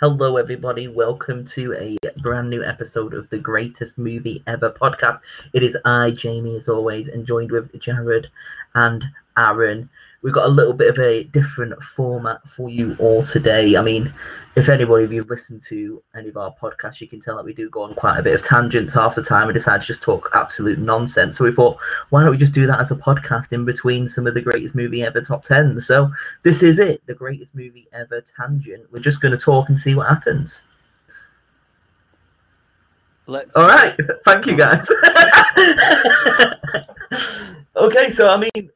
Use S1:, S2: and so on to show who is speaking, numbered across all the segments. S1: Hello, everybody. Welcome to a brand new episode of the Greatest Movie Ever podcast. It is I, Jamie, as always, and joined with Jared and Aaron. We've got a little bit of a different format for you all today. I mean, if anybody of you've listened to any of our podcasts, you can tell that we do go on quite a bit of tangents half the time and decide to just talk absolute nonsense. So we thought, why don't we just do that as a podcast in between some of the greatest movie ever top 10? So this is it, the greatest movie ever tangent. We're just going to talk and see what happens.
S2: Let's.
S1: All right. Thank you, guys. okay, so I mean,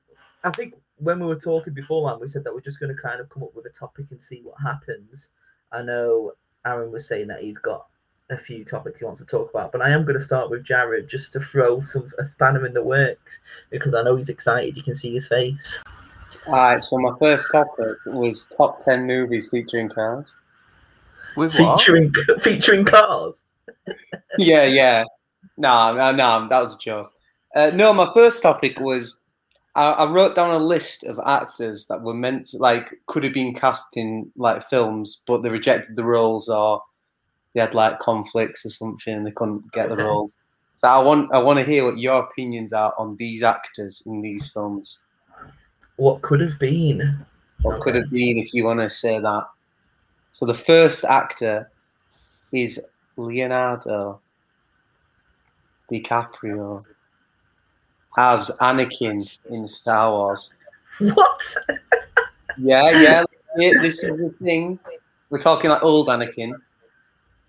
S1: I think when we were talking beforehand, we said that we're just going to kind of come up with a topic and see what happens. I know Aaron was saying that he's got a few topics he wants to talk about, but I am going to start with Jared just to throw some a spanner in the works because I know he's excited. You can see his face.
S3: All right, so my first topic was top 10 movies featuring cars.
S2: With what?
S1: Featuring featuring cars.
S3: yeah, yeah. No, no, no, that was a joke. Uh, no, my first topic was I, I wrote down a list of actors that were meant to, like, could have been cast in, like, films, but they rejected the roles or they had, like, conflicts or something and they couldn't get the
S1: Okay.
S3: roles. So I want I want to hear what your opinions are on these actors in these films.
S1: What could have been?
S3: What could have been if you want to say that? So the first actor is Leonardo DiCaprio as Anakin in Star Wars.
S1: What?
S3: Yeah, yeah, yeah, this is the thing. We're talking like old Anakin.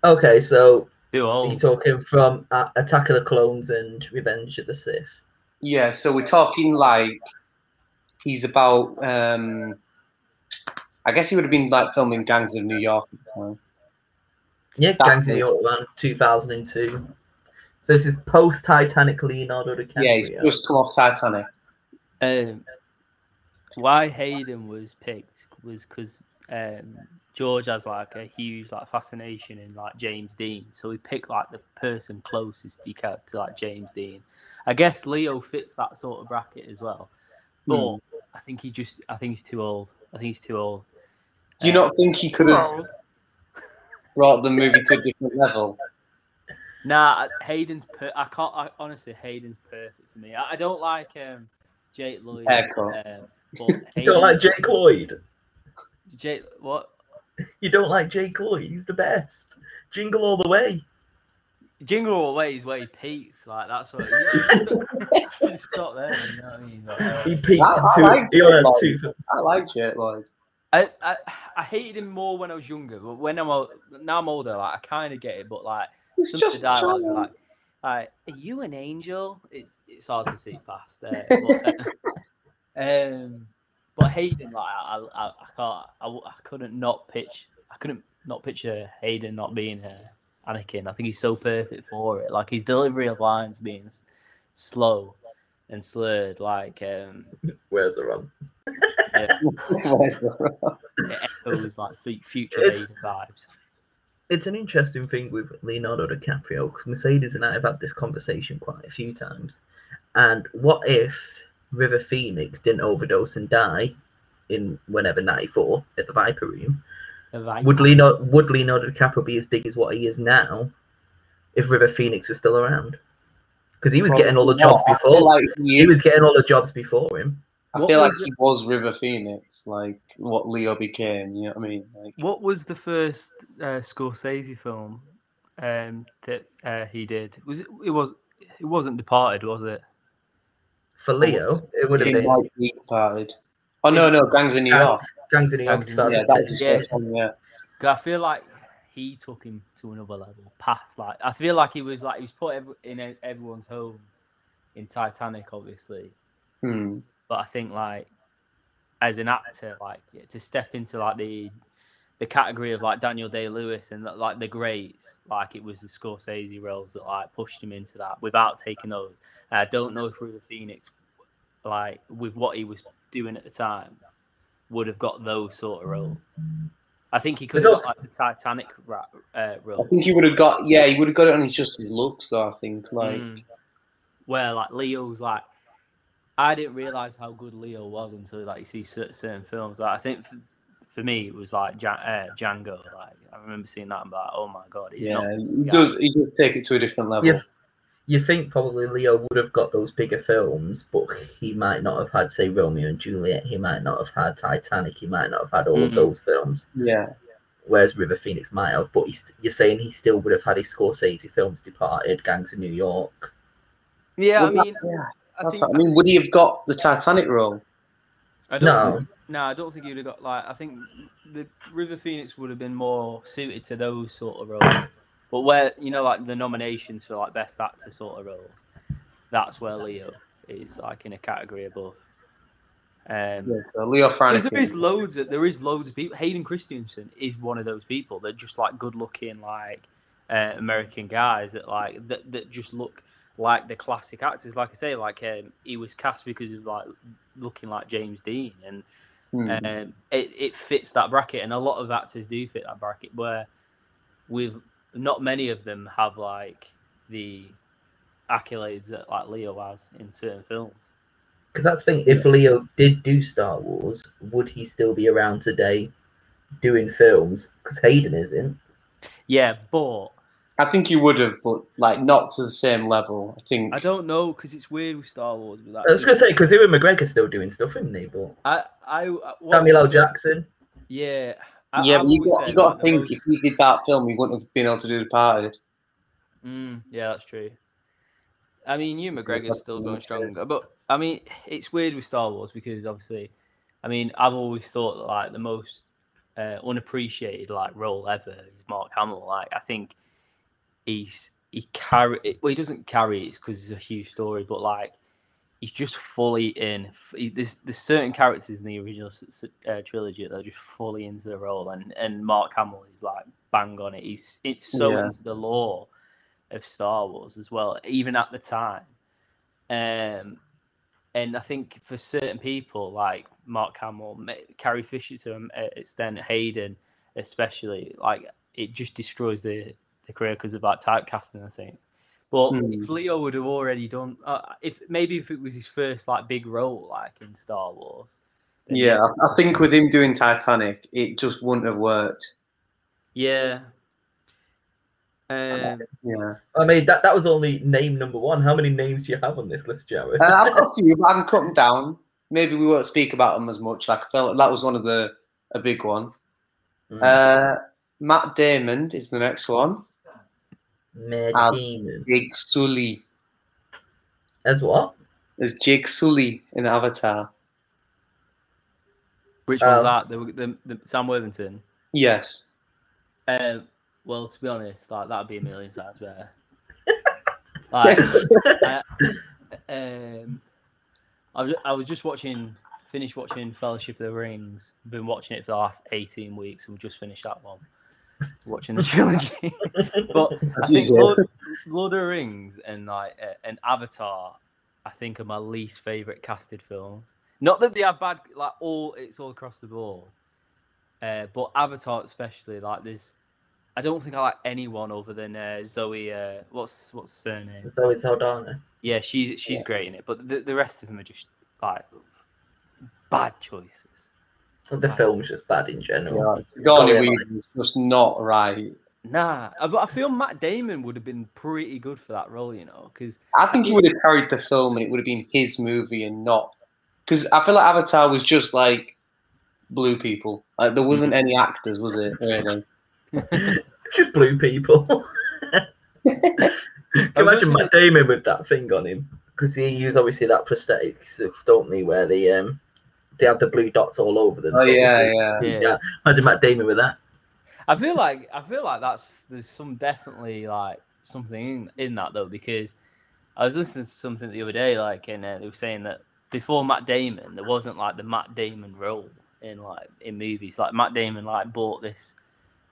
S1: Okay, so
S2: Too
S1: are you
S2: old.
S1: talking from uh, Attack of the Clones and Revenge of the Sith?
S3: Yeah, so we're talking like he's about. um I guess he would have been like filming Gangs of New York at the time.
S1: Yeah,
S3: That
S1: Gangs of New
S3: movie.
S1: York around 2002. So this is post Titanic Leonardo DiCaprio.
S3: Yeah, he's just come off Titanic.
S2: Um, why Hayden was picked was because um, George has like a huge like fascination in like James Dean, so he picked like the person closest decal to like James Dean. I guess Leo fits that sort of bracket as well, but
S3: Hmm.
S2: I think he just I think he's too old. I think he's too old.
S3: Do you
S2: Um,
S3: not think he could have brought the movie to a different level.
S2: Nah, I- Hayden's per- I can't. I, honestly, Hayden's perfect for me. I, I don't like um Jake Lloyd.
S3: Haircut.
S2: Um, but Hayden,
S1: You don't like Jake Lloyd?
S2: Jake. What?
S1: You don't like Jake Lloyd? He's the best. Jingle all the way.
S2: Jingle All the Way is where he peaked. Like that's what. He should stop there. You know what I mean? But, uh,
S1: He peaked
S3: I-
S1: in
S3: I
S1: two.
S3: like
S1: he
S3: Jake
S1: earned
S3: Lloyd.
S1: two films.
S3: I like Jake Lloyd.
S2: I, I I hated him more when I was younger, but when I'm old, now I'm older, like I kind of get it. But like
S3: It's
S2: some of the
S3: just
S2: dialogue,
S3: John.
S2: like, like are you an angel? It, it's hard to see past there. But, uh, um, but Hayden, like I, I, I can't, I, w- I couldn't not pitch, I couldn't not picture Hayden not being a Anakin. I think he's so perfect for it. Like his delivery of lines being s- slow and slurred, like um,
S1: Where's the run?
S3: Where's the-
S2: it echoes like fu- future
S1: It's-
S2: Hayden vibes.
S1: It's an interesting thing with Leonardo DiCaprio because Mercedes and I have had this conversation quite a few times. And what if River Phoenix didn't overdose and die in whenever '94 at the Viper Room?
S2: The vibe.
S1: Would Leonardo, would Leonardo DiCaprio be as big as what he is now if River Phoenix was still around? Because he was getting all the
S3: No,
S1: jobs
S3: I feel
S1: before.
S3: Like he,
S1: he was
S3: is,
S1: getting all the jobs before him.
S3: I
S2: What
S3: feel like
S2: was
S3: he was River Phoenix, like what Leo became. You know what I mean? Like,
S2: What was the first uh, Scorsese film um, that uh, he did? Was it? It was. It wasn't Departed, was it?
S1: For Leo, it would have
S3: he
S1: been
S3: like he parted. Oh no, no, Gangs in New York.
S1: Gangs of New York.
S2: Gangs of New York.
S3: Yeah,
S1: 2006.
S3: that was his
S2: Yeah.
S3: first one. Yeah,
S2: 'Cause I feel like he took him to another level, past like I feel like he was like he was put ev- in e- everyone's home in Titanic, obviously.
S3: hmm.
S2: But I think like as an actor, like to step into like the the category of like Daniel Day Lewis and like the greats, like it was the Scorsese roles that like pushed him into that without taking those. And I don't know if River Phoenix, like with what he was doing at the time, would have got those sort of roles. I think he could have got like the Titanic ra- uh,
S3: I
S2: role,
S3: think he would have got. Yeah, he would have got it on his just his looks, though. I think like
S2: Mm. where like Leo's like. I didn't realize how good Leo was until like you see cer- certain films. Like, I think for, for me, it was like Ja- uh, Django. Like I remember seeing that and be like, oh my god, he's
S3: yeah,
S2: not.
S3: he does, he does take it to a different level.
S1: You, you think probably Leo would have got those bigger films, but he might not have had, say, Romeo and Juliet. He might not have had Titanic. He might not have had all of
S2: Mhm.
S1: those films.
S3: Yeah,
S1: Whereas River Phoenix might have. But he's, you're saying he still would have had his Scorsese films, Departed, Gangs of New York.
S2: Yeah,
S3: Well,
S2: I mean,
S3: yeah,
S2: I
S3: that's
S2: think,
S3: what I mean. Would he have got the Titanic role?
S2: I don't
S1: No,
S2: No, I don't think he would have got like. I think the River Phoenix would have been more suited to those sort of roles. But where you know, like the nominations for like best actor sort of roles, that's where Leo is like in a category above. Um,
S3: Yeah, so Leo
S2: there's,
S3: Franken.
S2: there is loads. Of, there is loads of people. Hayden Christensen is one of those people that just like good-looking, like uh, American guys that like that, that just look like the classic actors. Like I say, like um, he was cast because of like looking like James Dean, and
S3: Hmm.
S2: um, it, it fits that bracket, and a lot of actors do fit that bracket. Where with not many of them have like the accolades that like Leo has in certain films.
S1: Because that's the thing. If Leo did do Star Wars, would he still be around today doing films? Because Hayden isn't.
S2: Yeah, but
S3: I think he would have, but like not to the same level. I think.
S2: I don't know because it's weird with Star Wars. With that
S1: I was gonna say because Ewan McGregor's still doing stuff, isn't he? But
S2: I, I, I- what-
S1: Samuel L. Jackson.
S3: yeah,
S2: Yeah.
S3: but
S2: I've
S3: you
S2: always
S3: got
S2: said
S3: you got to
S2: that
S3: think
S2: those-
S3: if he did that film, he wouldn't have been able to do the party.
S2: Mm, yeah, that's true. I mean, you McGregor's
S3: that's
S2: still
S3: what
S2: going
S3: I'm saying.
S2: strong, but I mean, it's weird with Star Wars because obviously, I mean, I've always thought that, like the most uh, unappreciated like role ever is Mark Hamill. Like, I think he's he carry well, he doesn't carry it because it's a huge story, but like he's just fully in. f- He, there's there's certain characters in the original s- s- uh, trilogy that are just fully into the role, and and Mark Hamill is like bang on it. He's it's so
S3: Yeah.
S2: into the lore of Star Wars as well, even at the time. Um, and I think for certain people like Mark Hamill, Ma- Carrie Fisher to an extent, Hayden especially, like it just destroys the the career because of that typecasting. I think. But
S3: Hmm.
S2: if Leo would have already done, uh, if maybe if it was his first like big role, like in Star Wars. then
S3: Yeah, I, I think with him doing Titanic, it just wouldn't have worked.
S2: Yeah. Um,
S3: Yeah,
S1: I mean, that that was only name number one. How many names do you have on this list, Jared?
S3: uh, I've got a few, but I can cut them down. Maybe we won't speak about them as much. Like I felt that was one of the a big one.
S2: Mm-hmm.
S1: Mm.
S3: Uh, Matt Damon is the next one.
S1: Mad
S3: as-
S1: Demon.
S3: Jake Sully
S1: As what?
S3: is Jake Sully in Avatar.
S2: which
S1: Um,
S2: one's that? The, the, the Sam Worthington.
S3: Yes.
S2: Um, well, to be honest, like that'd be a million times better. like, um, I was, I was just watching, finished watching Fellowship of the Rings. Been watching it for the last eighteen weeks, and we just finished that one. Watching the trilogy, but I
S3: As you
S2: think
S3: do.
S2: Lord, Lord of the Rings and like uh, and Avatar, I think are my least favorite casted films. Not that they are bad, like all it's all across the board, uh, but Avatar especially, like there's, I don't think I like anyone other than uh, Zoe. Uh, what's what's her surname?
S1: Zoe Saldana.
S2: Yeah, she she's great in it, but the, the rest of them are just like bad choices.
S1: The film's just bad in general.
S3: Yeah, Sigourney
S1: yeah,
S3: Weaver is just not right.
S2: Nah, uh, but I feel Matt Damon would have been pretty good for that role, you know, because
S3: I think he would have carried the film and it would have been his movie and not because I feel like Avatar was just like blue people. Like there wasn't any actors, was it? Really?
S1: just blue people. Can you
S2: I was
S1: imagine
S2: gonna-
S1: Matt Damon with that thing on him because they use obviously that prosthetic stuff, don't they? Where they um they have the blue dots all over them.
S3: Oh
S1: so
S3: yeah,
S1: obviously-
S3: yeah.
S2: yeah.
S1: Imagine Matt Damon with that.
S2: I feel like I feel like that's there's some definitely like something in, in that though because I was listening to something the other day like and uh, they were saying that before Matt Damon there wasn't like the Matt Damon role in like in movies like Matt Damon like bought this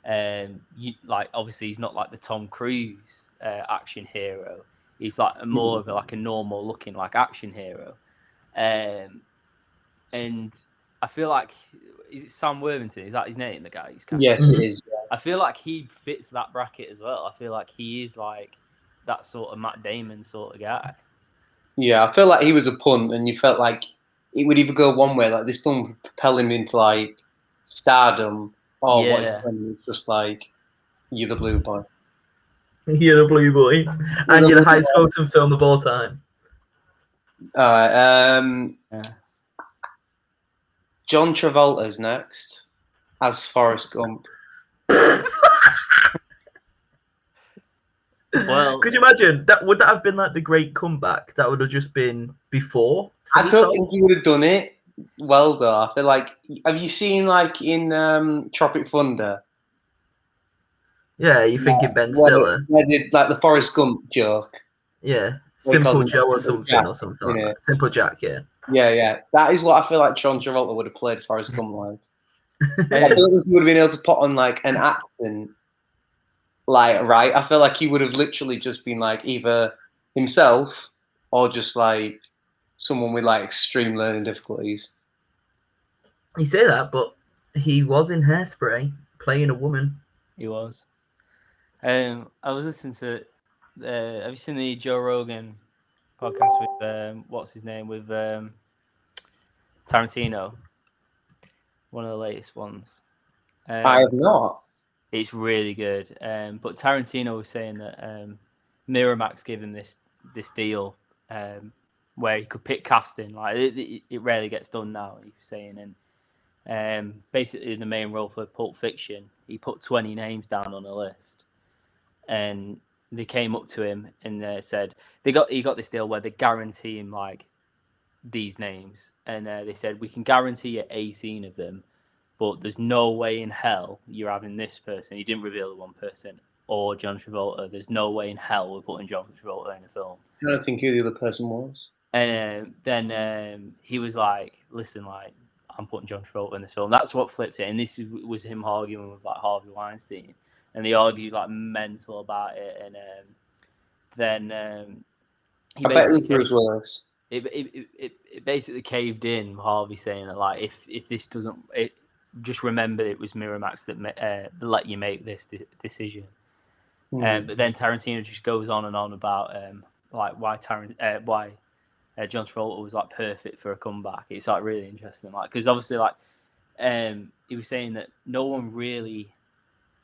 S2: um you, like obviously he's not like the Tom Cruise uh, action hero he's like a more of a, like a normal looking like action hero um and I feel like is it Sam Worthington is that his name the guy he's cast?
S3: Yes, it is.
S2: I feel like he fits that bracket as well. I feel like he is like that sort of Matt Damon sort of guy.
S3: Yeah, I feel like he was a punt, and you felt like it would either go one way, like this film would propel him into like stardom or
S2: Yeah.
S3: what it's done, it's just like you're the blue boy.
S1: You're a blue boy, and you're the highest grossing film of all time.
S3: All right. Um,
S2: Yeah.
S3: John Travolta's next as Forrest Gump.
S2: Well-
S1: could you imagine that? Would that have been like the great comeback? That would have just been before.
S3: I
S1: Freestyle?
S3: don't think he would have done it well though. I feel like have you seen like in um, Tropic Thunder
S1: Yeah, you're thinking Ben
S3: where,
S1: Stiller.
S3: where did like the Forrest Gump joke?
S1: Yeah,
S3: What do you call
S1: Simple
S3: them?
S1: Joe or
S3: Simple
S1: something
S3: Jack,
S1: or something. Like
S3: yeah.
S1: that. Simple Jack, yeah.
S3: Yeah, yeah. That is what I feel like John Travolta would have played Forrest Gump like. I
S2: Um,
S3: don't think he would have been able to put on like an accent, like right. I feel like he would have literally just been like either himself or just like someone with like extreme learning difficulties.
S1: You say that, but he was in Hairspray playing a woman.
S2: He was. Um, I was listening to. Uh, have you seen the Joe Rogan podcast with um, what's his name with um, Tarantino? One of the latest ones. Um,
S3: I have not.
S2: It's really good. Um, but Tarantino was saying that um, Miramax gave him this this deal um, where he could pick casting. Like it, it, it rarely gets done now. He was saying, and um, basically the main role for Pulp Fiction, he put twenty names down on a list, and they came up to him and they said they got he got this deal where they guarantee him like these names, and uh, they said we can guarantee you eighteen of them but there's no way in hell you're having this person. He didn't reveal the one person or John Travolta. There's no way in hell we're putting John Travolta in a film.
S3: I don't think who the other person was.
S2: And um, then um, he was like, "Listen, like I'm putting John Travolta in this film." That's what flipped it, and this is, was him arguing with like Harvey Weinstein, and they argued like mental about it, and um, then um, he
S3: I bet it was
S2: came-
S3: Bruce Willis.
S2: it it, it- it it basically caved in Harvey saying that like if if this doesn't it just remember it was Miramax that ma- uh, that let you make this de- decision.
S1: Hmm.
S3: Hmm.
S2: Um, but then Tarantino just goes on and on about um, like why Tarant- uh, why uh, John Travolta was like perfect for a comeback. It's like really interesting, like because obviously like um, he was saying that no one really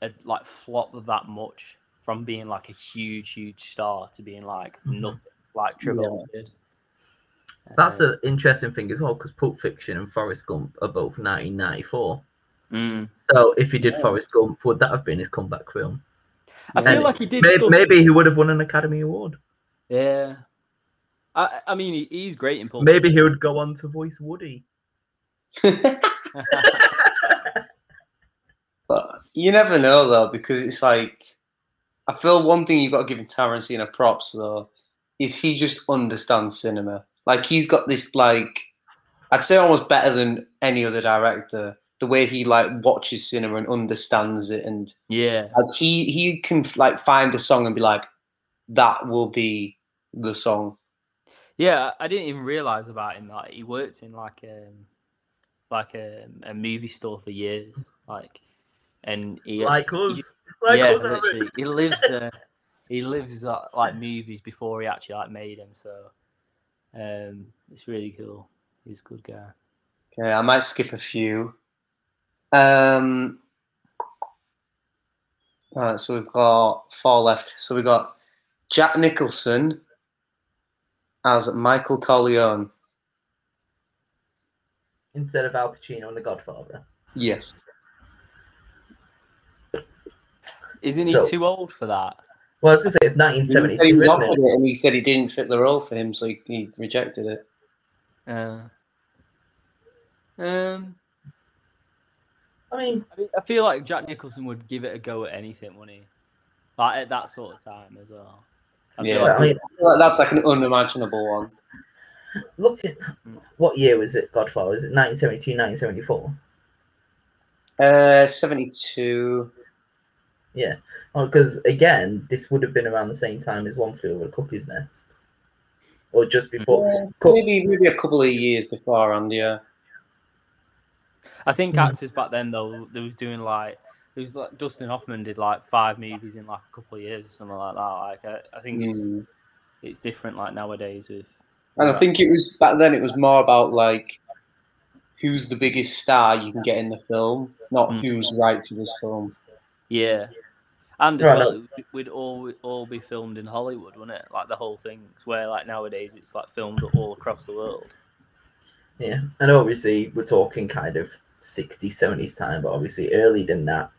S2: had like flopped that much from being like a huge huge star to being like
S1: Mhm.
S2: nothing like Travolta did.
S1: That's
S2: Um,
S1: an interesting thing as well, because Pulp Fiction and Forrest Gump are both 1994.
S2: Mm.
S1: So if he did
S3: Yeah.
S1: Forrest Gump, would that have been his comeback film?
S2: I
S1: Yeah.
S2: feel like he did.
S1: Maybe,
S2: stuff-
S1: maybe he would have won an Academy Award.
S2: Yeah. I, I mean, he- he's great in Pulp
S1: Maybe he would go on to voice Woody.
S2: Fiction.
S3: But you never know though, because it's like I feel one thing you've got to give Tarantino props though, is he just understands cinema. Like he's got this like I'd say almost better than any other director, the way he like watches cinema and understands it and
S2: yeah.
S3: like he he can like find a song and be like, that will be the song.
S2: Yeah, I I didn't even realize about him that he worked in like um like a, a movie store for years, like, and he uh,
S1: Like us. Like
S2: yeah,
S1: us, Aaron.
S2: literally, he lives uh, he lives uh, like movies before he actually like made them. So, um, it's really cool. He's a good guy.
S3: Okay, I might skip a few. Um, all right, so we've got four left. So we've got Jack Nicholson as Michael Corleone.
S1: Instead of Al Pacino and The Godfather.
S3: Yes.
S2: Isn't
S1: So-
S2: he too old for that?
S1: Well, I was going to say it's
S3: He said he
S1: 1972,
S3: was
S1: isn't
S3: offered
S1: it?
S3: it and he said he didn't fit the role for him, so he, he rejected it.
S2: Uh, um,
S1: I mean,
S2: I mean, I feel like Jack Nicholson would give it a go at anything, wouldn't he? Like at that sort of time as well. I feel
S3: Yeah.
S1: well, I mean,
S3: I feel like that's like an unimaginable one.
S1: look at
S2: Mm.
S1: what year was it, Godfather? Is it 1972, 1974?
S3: Uh, 72.
S1: Yeah. Because again, this would have been around the same time as One Flew Over the Cuckoo's Nest. Or just before.
S3: Yeah,
S1: Cool.
S3: maybe, maybe a couple of years before, and yeah.
S2: I think
S1: Mm.
S2: actors back then though, they was doing like there was like Dustin Hoffman did like five movies in like a couple of years or something like that. Like I, I think it's
S3: Mm.
S2: it's different like nowadays with.
S3: And I
S2: with
S3: think it was back then. It was more about like who's the biggest star you can get in the film, not
S2: Mm.
S3: who's right for this film.
S2: Yeah. And as
S1: Right,
S2: well, it- we'd all all be filmed in Hollywood, wouldn't it? Like the whole thing. Where like nowadays, it's like filmed all across the world.
S1: Yeah, and obviously we're talking kind of 60s, 70s time, but obviously earlier than that,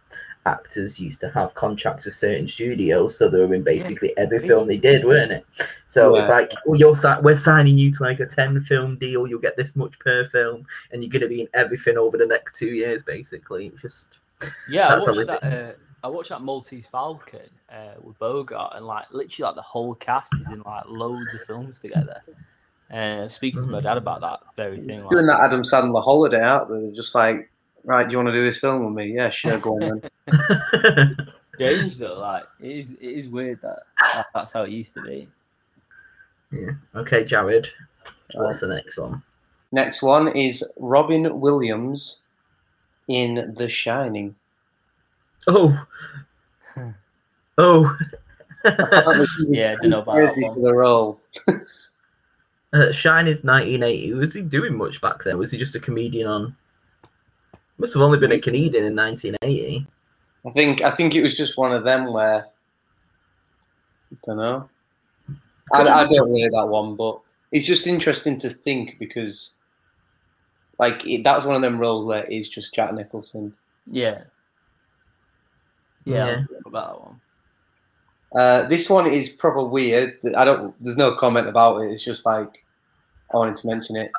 S1: actors used to have contracts with certain studios, so they were in basically every film they did, weren't it? So it's
S3: Yeah.
S1: like, oh, you're si- we're signing you to like a 10 film deal, you'll get this much per film, and you're going to be in everything over the next two years, basically. It's Just
S2: Yeah,
S1: That's
S2: I watched
S1: obviously-
S2: that. Uh, I watched that Maltese Falcon uh, with Bogart, and like literally, like the whole cast is in like loads of films together. Uh, speaking to my dad about that very thing.
S3: Doing
S2: like-
S3: that Adam Sandler holiday out there, they're just like, right, do you want to do this film with me? Yeah, sure, go on then.
S2: Strange though, like it is. It is weird that that- that's how it used to be.
S1: yeah. Okay, Jared, what's
S3: Uh,
S1: the next one?
S3: next one is Robin Williams in The Shining.
S1: Oh, oh.
S2: Yeah, I don't know about
S3: Crazy
S2: that one.
S3: for the role.
S1: Uh, Shine is 1980. Was he doing much back then? Was he just a comedian on? Must have only been a comedian in 1980.
S3: I think I think it was just one of them where I don't know. I, I don't know that one, but it's just interesting to think because, like, it, that's one of them roles where it's just Jack Nicholson.
S2: Yeah. Yeah,
S1: Yeah.
S2: I forgot about that one.
S3: Uh, this one is proper weird. I don't. There's no comment about it. It's just like I wanted to mention it.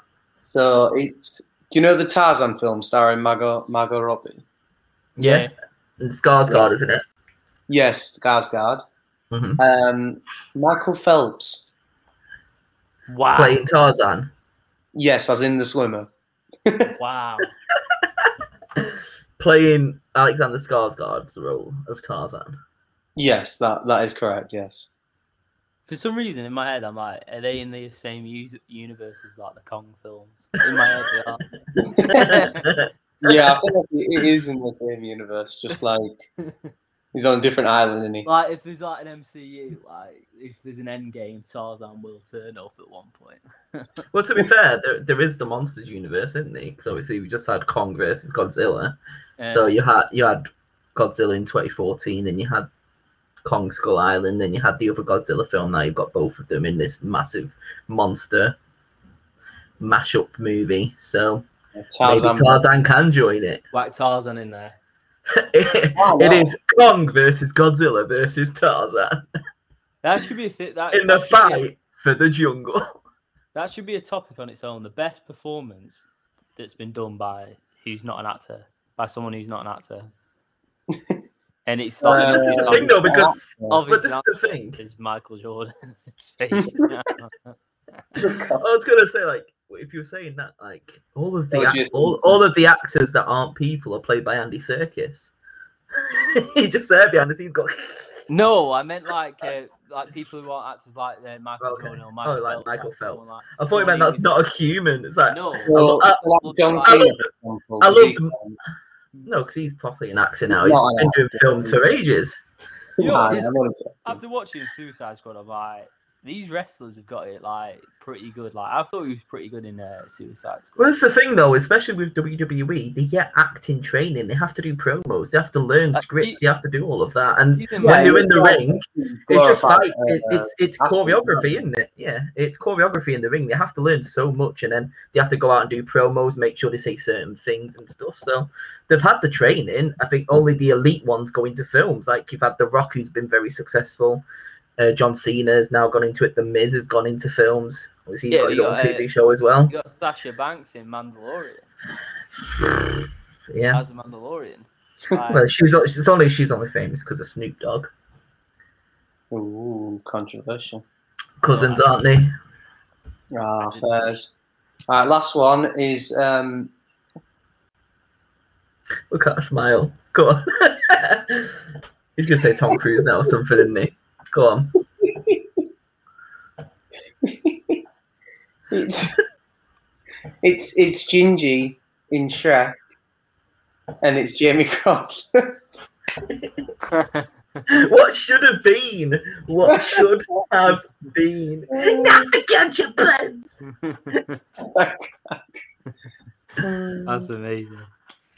S3: So it's do you know the Tarzan film starring Margot Margot Robbie?
S1: Yeah. And Skarsgård, isn't it?
S3: Yes, Skarsgård.
S1: Mhm.
S3: Um, Michael Phelps.
S2: Wow.
S1: Playing Tarzan.
S3: Yes, as in the swimmer.
S2: Wow.
S1: Playing Alexander Skarsgård's role of Tarzan.
S3: Yes, that that is correct. Yes.
S2: For some reason, in my head, I'm like, are they in the same u- universe as like the Kong films? In my head, they are.
S3: Yeah, I feel like it is in the same universe. Just like he's on a different island, isn't he?
S2: Like, if there's like an MCU, like if there's an end game, Tarzan will turn up at one point.
S1: well, to be fair, there, there is the Monsters universe, isn't there? Because obviously we just had Kong versus Godzilla. So
S2: Um,
S1: you had you had Godzilla in 2014, then you had Kong Skull Island, then you had the other Godzilla film. Now you've got both of them in this massive monster mashup movie. So
S3: Tarzan.
S1: maybe Tarzan can join it.
S2: whack Tarzan in there.
S3: Oh,
S1: It
S3: wow.
S1: is Kong versus Godzilla versus Tarzan
S2: That should be a thi- that
S1: in
S2: that
S1: the
S2: should be a-
S1: fight for the jungle.
S2: that should be a topic on its own. The best performance that's been done by who's not an actor, by someone who's not an actor. and it's not
S3: Uh,
S1: This is the thing though, because but
S2: obvious
S1: this is the thing.
S2: is Michael Jordan. It's fake now.
S1: I was gonna say like if you were saying that like all of the
S3: Oh,
S1: ac-
S3: Jason
S1: all,
S3: Wilson.
S1: all of the actors that aren't people are played by Andy Serkis. he just said behind the scenes got
S2: no, I meant like uh, like people who aren't actors like uh, Michael
S1: Okay. Oh,
S2: Jordan or Michael
S1: like
S2: Phelps,
S1: Michael
S2: someone
S1: Phelps.
S2: like-
S1: I thought you meant
S2: someone
S1: that's
S2: who's-
S1: not a human. It's like
S2: No,
S3: Well,
S1: uh, I-
S3: like John
S2: I-
S3: Cena, for example,
S1: I
S3: is
S1: love-
S3: equal.
S1: no, because he's properly an actor now. He's
S3: Not an
S1: been doing
S3: actor.
S1: films for ages.
S2: You know,
S3: Man, I'm not a-
S2: after watching Suicide Squad, I'm like, these wrestlers have got it like pretty good. Like I thought he was pretty good in uh, Suicide Squad.
S1: Well, that's the thing though, especially with WWE, they get acting training. They have to do promos. They have to learn
S2: Like,
S1: scripts.
S2: you-
S1: They have to do all of that. And
S2: Even
S1: when
S2: like-
S1: they're in the
S3: yeah.
S1: ring, it's just
S3: Glorified,
S1: like it,
S3: uh,
S1: it's it's
S3: acting,
S1: choreography, isn't it? Yeah, it's choreography in the ring. They have to learn so much, and then they have to go out and do promos, make sure they say certain things and stuff. So they've had the training. I think only the elite ones go into films. Like you've had The Rock, who's been very successful. Uh, John Cena has now gone into it. The Miz has gone into films. Obviously, he's
S2: Yeah,
S1: got his
S2: you
S1: own
S2: got, uh,
S1: TV show as well.
S2: You got Sasha Banks in Mandalorian
S1: Yeah.
S2: as a Mandalorian. Like,
S1: Well, she's o- it's only she's only famous because of Snoop Dogg.
S3: Ooh, controversial.
S2: Oh,
S1: Cousins, aren't they?
S3: Ah, fairs. All right, last one is um,
S1: Look at that smile. Go on. He's gonna say Tom Cruise now or something, isn't he? Go on.
S3: It's it's it's Gingy in Shrek, and it's Jamie Croft.
S1: What should have been? What should have been? Not the gadget plans.
S2: That's amazing.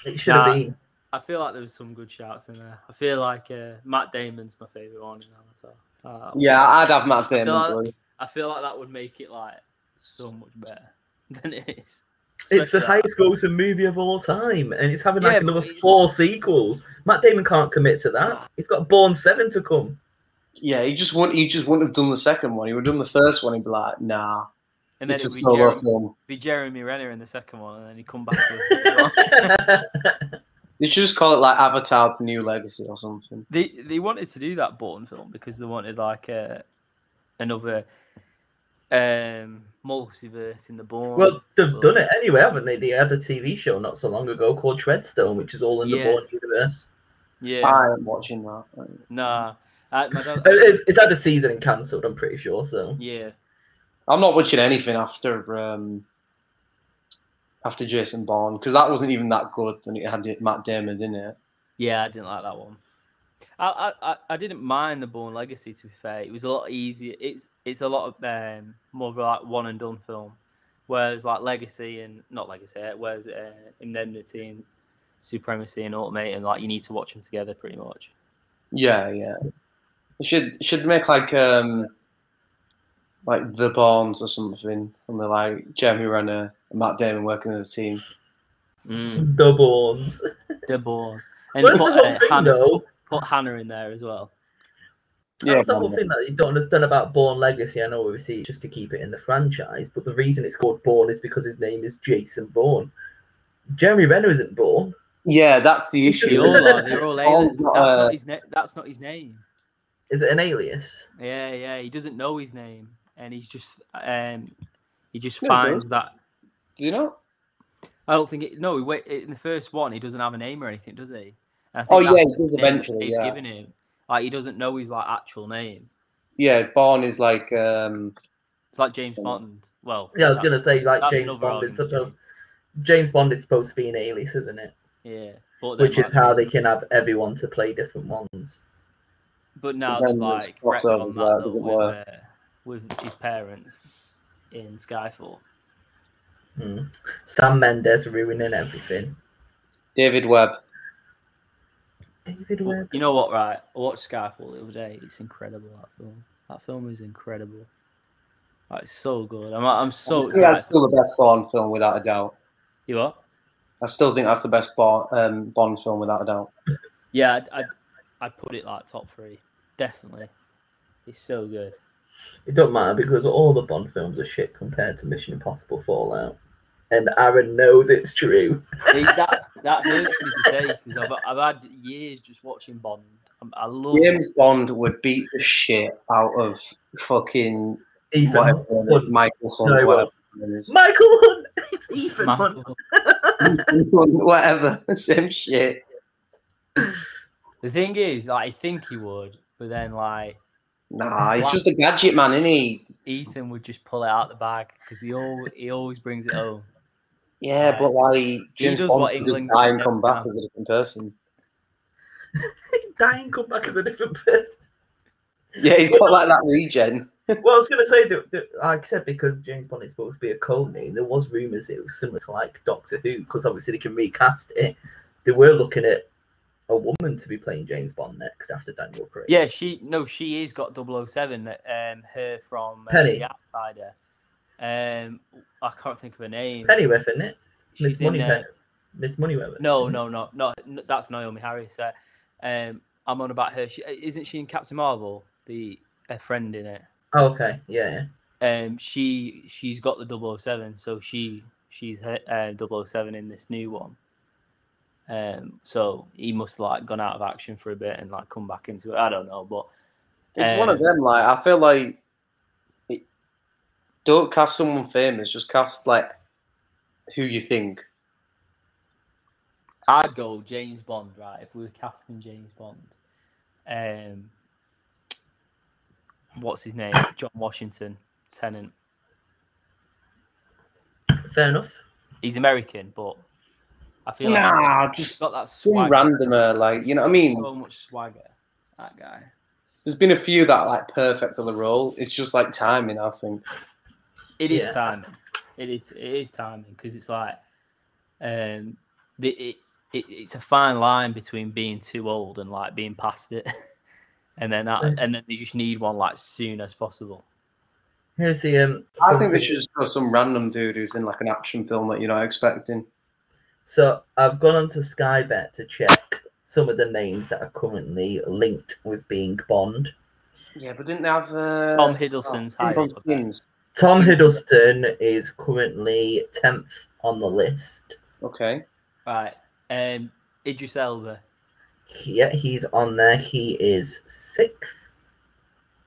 S1: It should have
S2: Nah.
S1: been.
S2: I feel like there was some good shouts in there. I feel like uh, Matt Damon's my favorite one in Avatar. Uh,
S3: Oh, Yeah, I'd have Matt Damon.
S2: I feel
S3: bro.
S2: like, I feel like that would make it like so much better than it is.
S1: It's the
S2: Especially, like,
S1: highest grossing movie of all time, and it's having
S2: Yeah,
S1: like
S2: but
S1: another
S2: it's-
S1: four sequels. Matt Damon can't commit to that. He's got Born Seven to come.
S3: Yeah, he just wouldn't. He just wouldn't have done the second one. He would have done the first one. He'd be like, nah,
S2: And then
S3: it's a
S2: it'd be
S3: solo
S2: Jeremy,
S3: film.
S2: be Jeremy Renner in the second one, and then he come back. to the third one.
S3: You should just call it like Avatar: The New Legacy or something.
S2: They they wanted to do that Bourne film because they wanted like a another um multiverse in the Bourne.
S1: well, they've done it anyway, haven't they? They had a TV show not so long ago called Treadstone, which is all in the
S2: Yeah.
S1: Bourne universe.
S2: yeah,
S3: I ain't watching that.
S2: nah. I, my dad,
S1: It- It, it's had a season and cancelled, I'm pretty sure. So
S2: yeah,
S3: I'm not watching anything after um, after Jason Bourne because that wasn't even that good, and it had Matt Damon in it.
S2: yeah, I didn't like that one. I, I, I- I didn't mind the Bourne Legacy to be fair. It was a lot easier. It's it's a lot of um, more of a, like one and done film, whereas like Legacy and not Legacy, uh, whereas uh, Indemnity and Supremacy and Ultimate and like you need to watch them together pretty much.
S3: Yeah, yeah. It should it should make like um like the Bournes or something, and they're like Jeremy Renner and Matt Damon working as a team.
S2: Mm.
S1: the Bournes.
S2: The balls. And
S1: That's the
S2: put,
S1: whole
S2: uh,
S1: thing,
S2: Hannah,
S1: though.
S2: put Hannah in there as well.
S3: Yeah,
S1: That's the whole
S3: man.
S1: thing that you don't understand about Born Legacy. I know obviously it's just to keep it in the franchise, but the reason it's called Born is because his name is Jason Bourne. Jeremy Renner isn't born.
S3: Yeah, that's the
S2: They
S3: issue.
S2: all are. They're all
S3: Bourne's
S2: aliens. That's
S3: not
S2: not
S3: a-
S2: his, na- that's not his name.
S1: Is it an alias?
S2: Yeah, yeah. He doesn't know his name, and he's just um, he just
S3: No, he
S2: finds
S3: does.
S2: that.
S3: Do you know?
S2: I don't think it. No, he wait in the first one. He doesn't have a name or anything, does he? And I
S3: Oh,
S2: think that's
S3: yeah, he
S2: the
S3: does
S2: name that
S3: eventually,
S2: they've
S3: yeah.
S2: given him. Like he doesn't know his like actual name.
S3: Yeah, Bourne is like um
S2: It's like James
S3: Yeah.
S2: Bond. Well,
S1: Yeah, I was gonna
S2: that's-
S1: say like
S2: that's
S1: James
S2: another
S1: Bond is
S2: argument,
S1: supposed James Bond is supposed to be an alias, isn't it?
S2: Yeah, but then,
S1: Which is
S2: like,
S1: how they can have everyone to play different ones.
S2: But now
S3: then
S2: they've
S3: there's
S2: like wrecked on
S3: crossovers
S2: that
S3: where it
S2: though,
S3: doesn't
S2: with,
S3: work.
S2: uh, with his parents in Skyfall.
S1: Hmm. Sam Mendes ruining everything.
S3: David Webb.
S1: David
S2: Well,
S1: Webb.
S2: You know what, right? I watched Skyfall the other day. It's incredible that film. That film is incredible. Like, it's so good. I'm I'm so
S3: yeah,
S2: excited.
S3: it's still the best Bourne film without a doubt.
S2: You are?
S3: I still think that's the best Bourne um, Bond film without a doubt.
S2: Yeah, I'd, I'd I'd put it like top three, definitely. It's so good.
S1: It don't matter because all the Bond films are shit compared to Mission Impossible Fallout. And Aaron knows it's true.
S2: It- that that hurts me to say because I've I've had years just watching Bond. I'm, I love.
S3: James Bond would beat the shit out of fucking
S1: Ethan
S3: whatever
S1: Hunt.
S3: Michael Hunt,
S1: No, he
S3: whatever it is.
S1: Michael Hunt. Ethan Hunt.
S2: Michael.
S3: whatever, same shit.
S2: The thing is, like, I think he would, but then like
S3: Nah, he's just a gadget man, isn't he?
S2: Ethan would just pull it out the bag because he al he always brings it home.
S3: Yeah, but like James
S2: does
S3: Bond
S2: what
S3: could just
S2: England
S3: die and
S2: never
S3: come back
S2: can.
S3: as a different person.
S1: Dying come back as a different person.
S3: Yeah, he's got like that regen.
S1: well, I was gonna say that, that, like I said, because James Bond is supposed to be a code name, there was rumors it was similar to like Doctor Who, because obviously they can recast it. They were looking at a woman to be playing James Bond next after Daniel Craig.
S2: Yeah, she no, she is got 007 that um her from uh,
S1: Penny.
S2: the outsider. Um, I can't think of her name.
S1: Pennyworth, isn't it? Miss
S2: She's in
S1: Moneypenny.
S2: there.
S1: Miss Moneypenny.
S2: No, no, no, no, no, that's Naomi Harris. Uh, um, I'm on about her. She isn't she in Captain Marvel, the a friend in it.
S1: Oh, okay, yeah.
S2: Um, she she's got the 007, so she she's her, uh, 007 in this new one. Um, so he must like gone out of action for a bit and like come back into it. I don't know, but
S3: It's one of
S2: Um,
S3: them. Like I feel like it, don't cast someone famous. Just cast like who you think.
S2: I'd go James Bond, right? If we were casting James Bond, um, what's his name? John Washington, Tennant.
S1: Fair enough.
S2: He's American, but I feel like
S3: Nah,
S2: he's
S3: just
S2: got that
S3: some
S2: swagger.
S3: randomer. Like you know what I mean.
S2: So much swagger, that guy.
S3: There's been a few that are, like perfect for the role. It's just like timing, I think.
S2: It is
S1: Yeah.
S2: timing. It is. It is timing because it's like Um, the, it, it, it's a fine line between being too old and like being past it, and then that,
S1: Yeah.
S2: and then you just need one like soon as possible.
S1: Here's the um.
S3: I think
S1: something-
S3: they should just go some random dude who's in like an action film that you're not expecting.
S1: So I've gone onto Skybet to check some of the names that are currently linked with being Bond.
S3: Yeah, but didn't they have uh,
S2: oh, Tom Hiddleston's
S3: Tim
S2: high
S3: from
S2: up there.
S3: Skins?
S1: Tom Hiddleston is currently tenth on the list.
S3: Okay.
S2: Right. Um, Idris Elba.
S1: Yeah, he's on there. He is sixth.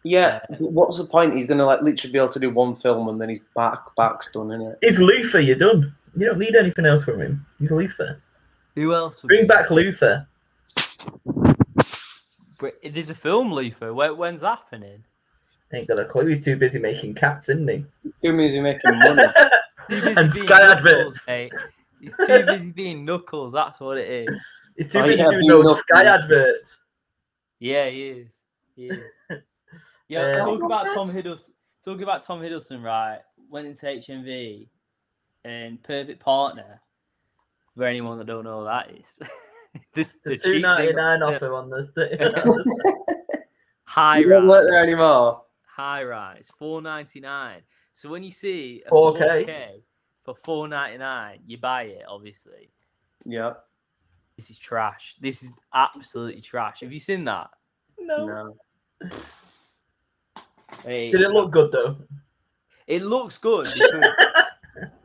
S3: Yeah. but What's the point? He's gonna like literally be able to do one film and then he's back back's done, is it?
S1: He's Luther. You're done. You don't need anything else from him. He's Luther.
S2: Who else? would
S1: Bring
S2: be-
S1: back Luther.
S2: Br- There's a film, Luther. When, when's that happening?
S1: Ain't got a clue. He's too busy making cats, isn't he?
S3: Too busy making money.
S2: Too busy
S1: And
S2: being
S1: Sky
S2: knuckles,
S1: adverts.
S2: mate. He's too busy being knuckles. That's what it is.
S1: He's too
S3: Oh,
S1: busy
S3: yeah,
S1: doing
S3: we
S1: those
S3: love
S1: Sky
S3: these.
S1: adverts.
S2: Yeah, he is. He is. Yeah,
S1: Uh,
S2: talk about Tom
S3: Yes.
S2: Hiddleston. Talk about Tom Hiddleston. Right, went into HMV, and Perfect Partner. For anyone that don't know, what that is the, the
S1: It's a
S2: cheap
S1: two
S2: thing
S1: ninety nine
S2: on
S1: offer on this.
S2: high
S3: You don't work
S2: rise.
S3: there anymore.
S2: High rise, four ninety nine. So when you see a
S1: 4K.
S2: 4K for four ninety nine, you buy it. Obviously,
S3: Yeah.
S2: this is trash. This is absolutely trash. Have you seen that?
S1: no.
S3: No.
S2: Hey,
S1: Did it look good though?
S2: It looks good. because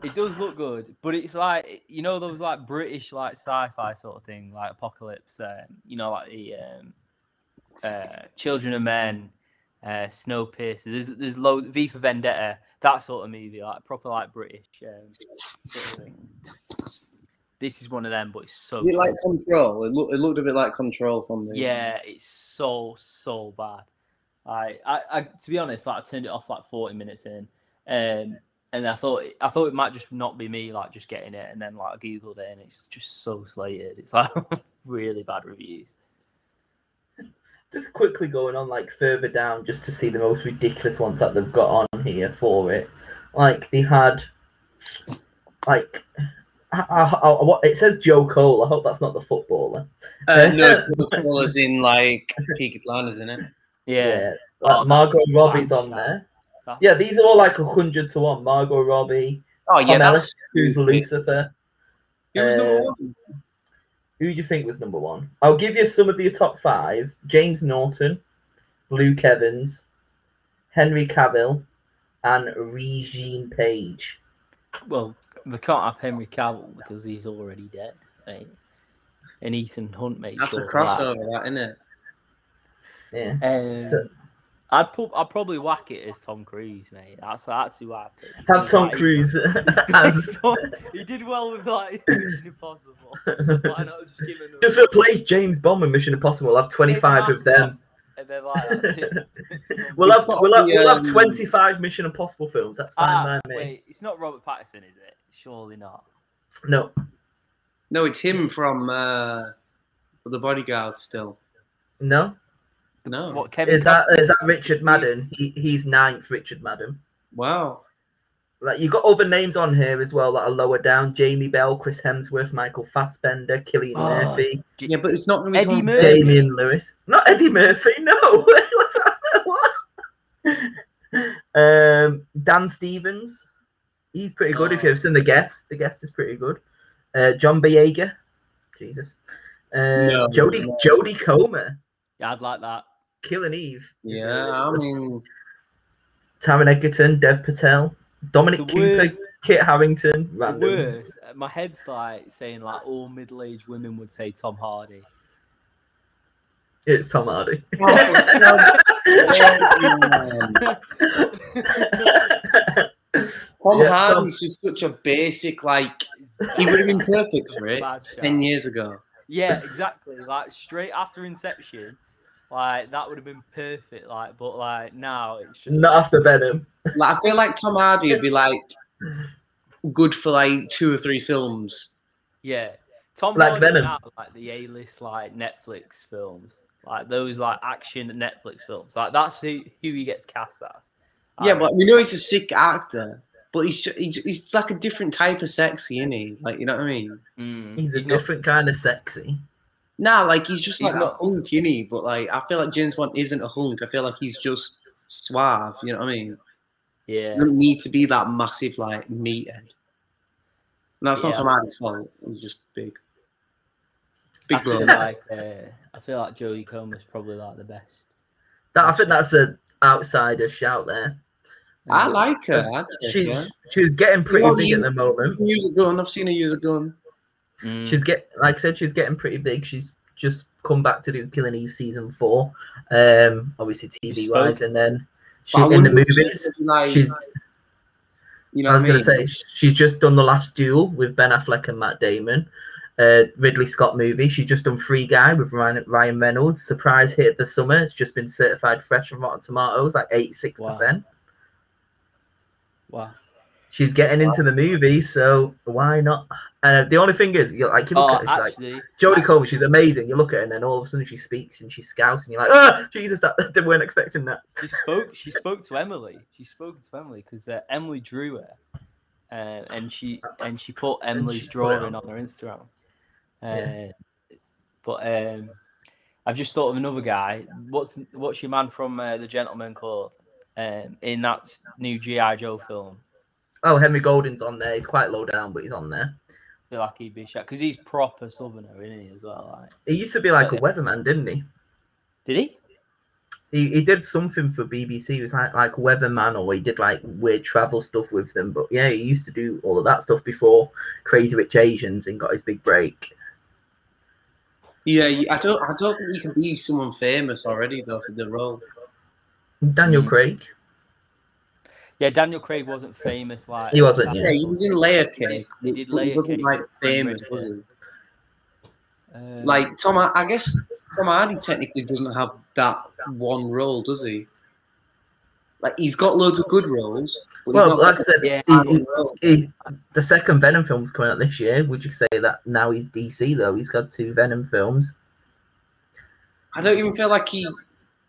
S2: it does look good, but it's like you know those like British like sci-fi sort of thing, like apocalypse. Uh, you know, like the um, uh, Children of Men, uh, Snowpiercer. There's there's loads V for Vendetta, that sort of movie, like proper like British. Um, sort of thing. This is one of them, but it's so
S3: Is it like
S2: good.
S3: Control? It looked it looked a bit like Control from the
S2: yeah, it's so so bad. I, I, I to be honest, like I turned it off like forty minutes in, um, and I thought I thought it might just not be me like just getting it, and then like I googled it, and it's just so slated. It's like really bad reviews.
S1: just quickly going on like further down just to see the most ridiculous ones that they've got on here for it like they had like I, I, I, what it says joe cole i hope that's not the footballer
S3: Uh, no, Control is in like Peaky Blinders, isn't it?
S2: Yeah,
S1: like
S2: Oh, that's
S1: margot
S2: a
S1: robbie's
S2: bad
S1: on
S2: shout.
S1: there
S2: that's-
S1: yeah these are all like 100 to 1 margot robbie
S3: Oh
S1: Tom
S3: yeah, that's
S1: Ellis, who's lucifer
S3: Who was number
S1: Uh,
S3: one?
S1: who do you think was number one i'll give you some of the top five james norton luke evans henry cavill and regine page
S2: Well, we can't have Henry Cavill because he's already dead. Mate. And Ethan Hunt makes
S3: That's a
S2: sure of that.
S3: crossover, that isn't it?
S1: yeah
S2: Um,
S1: So-
S2: I'd, pu- I'd probably whack it as Tom Cruise, mate. That's that's who I
S1: Have Tom
S2: Like,
S1: Cruise. Um,
S2: He's done- he did well with like Mission Impossible. Why not just give him
S1: Just replace James Bond with Mission Impossible. I'll have 25 of them.
S2: And then like that's it. It's on-
S1: We'll have,
S3: got
S1: we'll, have,
S3: the,
S1: we'll
S3: um,
S1: have 25 Mission Impossible films. That's fine
S2: ah,
S1: by me.
S2: wait, it's not Robert Pattinson, is it? Surely not.
S1: No,
S3: No, it's him from uh, the Bodyguard. Still,
S1: no.
S3: no.
S2: What Kevin?
S1: Is that
S2: Costner?
S1: is that Richard Madden? He, he's ninth Richard Madden.
S3: Wow.
S1: Like you got other names on here as well that are lower down: Jamie Bell, Chris Hemsworth, Michael Fassbender, Killian
S2: Oh,
S1: Murphy,
S3: Yeah, but it's not going to be
S2: Eddie
S3: someone-
S2: Murphy.
S1: Damian Lewis. Not Eddie Murphy. No. What's that? What? Um, Dan Stevens. He's pretty good. If
S2: Oh.
S1: you've seen the guest, the guest is pretty good. Uh, John Boyega. Jesus. Uh,
S3: No.
S1: Jody Jody Comer.
S2: Yeah, I'd like that.
S1: Killing Eve.
S3: Yeah, I mean,
S1: Taron Egerton. Dev Patel. Dominic
S2: The
S1: Cooper.
S2: worst,
S1: Kit Harrington.
S2: the
S1: Random.
S2: worst. My head's like saying like all middle-aged women would say Tom Hardy.
S1: It's Tom Hardy.
S3: um, Tom
S1: Yeah,
S3: Hardy's just such a basic like. He would have been perfect for it
S2: Bad shout.
S3: ten years ago.
S2: Yeah, exactly. Like straight after Inception, like that would have been perfect. Like, but like now it's just
S1: Not after Venom.
S3: Like, I feel like Tom Hardy would be like good for like two or three films.
S2: yeah. Tom
S1: Like
S2: Hardy's
S1: Venom.
S2: now, like the A-list, like Netflix films, like those like action Netflix films. Like that's who who he gets cast as.
S3: Yeah,
S2: Um,
S3: but we know he's a sick actor. But he's ju- he ju- he's like a different type of sexy, isn't he? Like you know what I mean?
S2: Mm,
S1: He's a
S2: not-
S1: different kind of sexy.
S3: Nah, like he's just like
S2: He's
S3: not hunk, is he? But like I feel like James Bond isn't a hunk. I feel like he's just suave. You know what I mean?
S2: yeah.
S3: You don't need to be that massive like meathead. And that's not
S2: Yeah.
S3: Tamara's fault. He's just big.
S2: I
S3: Big
S2: feel
S3: bro.
S2: like uh, I feel like Joey Comer's probably like the best.
S1: That, I think that's an outsider shout there.
S3: I like her. I take
S1: She's
S3: her.
S1: she's getting pretty
S3: Well,
S1: big
S3: you-
S1: at the moment.
S3: Use a gun. I've seen her use a gun.
S2: Mm,
S1: She's get like I said, she's getting pretty big. She's just come back to do Killing Eve season four, um, obviously TV wise, and then she
S3: But I
S1: in the
S3: wouldn't say
S1: movies.
S3: it's Like,
S1: She's
S3: you know
S1: I was
S3: what I
S1: gonna
S3: mean?
S1: say she's just done the Last Duel with Ben Affleck and Matt Damon, uh, Ridley Scott movie. She's just done Free Guy with Ryan Ryan Reynolds. Surprise hit of the summer. It's just been certified fresh from Rotten Tomatoes, like eighty six percent.
S2: wow.
S1: She's getting into the movie, so why not? And uh, the only thing is, you're like you look
S2: Oh,
S1: at her, she's like.
S2: actually,
S1: Jodie
S2: That's-
S1: Comer, she's amazing. You look at her, and then all of a sudden she speaks and she scouts, and you're like, "Oh, Jesus, that they weren't expecting that."
S2: she spoke. She spoke to Emily. She spoke to Emily because uh, Emily drew her, uh, and she and she put Emily's
S1: she put it
S2: drawing
S1: up.
S2: on her Instagram. Uh,
S1: Yeah.
S2: But um, I've just thought of another guy. What's what's your man from uh, the Gentleman called? Um, in that s- new GI Joe film,
S1: Oh, Henry Golden's on there. He's quite low down, but he's on there.
S2: I feel like he'd be shot because he's proper Southerner, isn't he? As well, like
S1: He used to be like a
S2: Yeah.
S1: weatherman, didn't he?
S2: did he?
S1: He, he did something for BBC. He was like like weatherman, or he did like weird travel stuff with them. But yeah, he used to do all of that stuff before Crazy Rich Asians and got his big break.
S3: Yeah, you, I don't. I don't think you can be someone famous already though for the role.
S1: Daniel
S2: Mm.
S1: Craig,
S2: Yeah, Daniel Craig wasn't famous like
S1: He wasn't,
S3: Yeah, he was in Layer Cake.
S2: He did
S3: but
S2: Layer
S3: he wasn't
S2: Cake.
S3: like famous, was he?
S2: Um,
S3: Like Tom, Har- I guess Tom Hardy technically doesn't have that one role, does he? Like he's got loads of good roles. but he's
S1: Well,
S3: not
S1: like
S3: got
S1: I said,
S2: Um, yeah,
S3: that one role.
S1: he, the second Venom film's coming out this year. Would you say that now he's DC though? He's got two Venom films.
S3: I don't even feel like he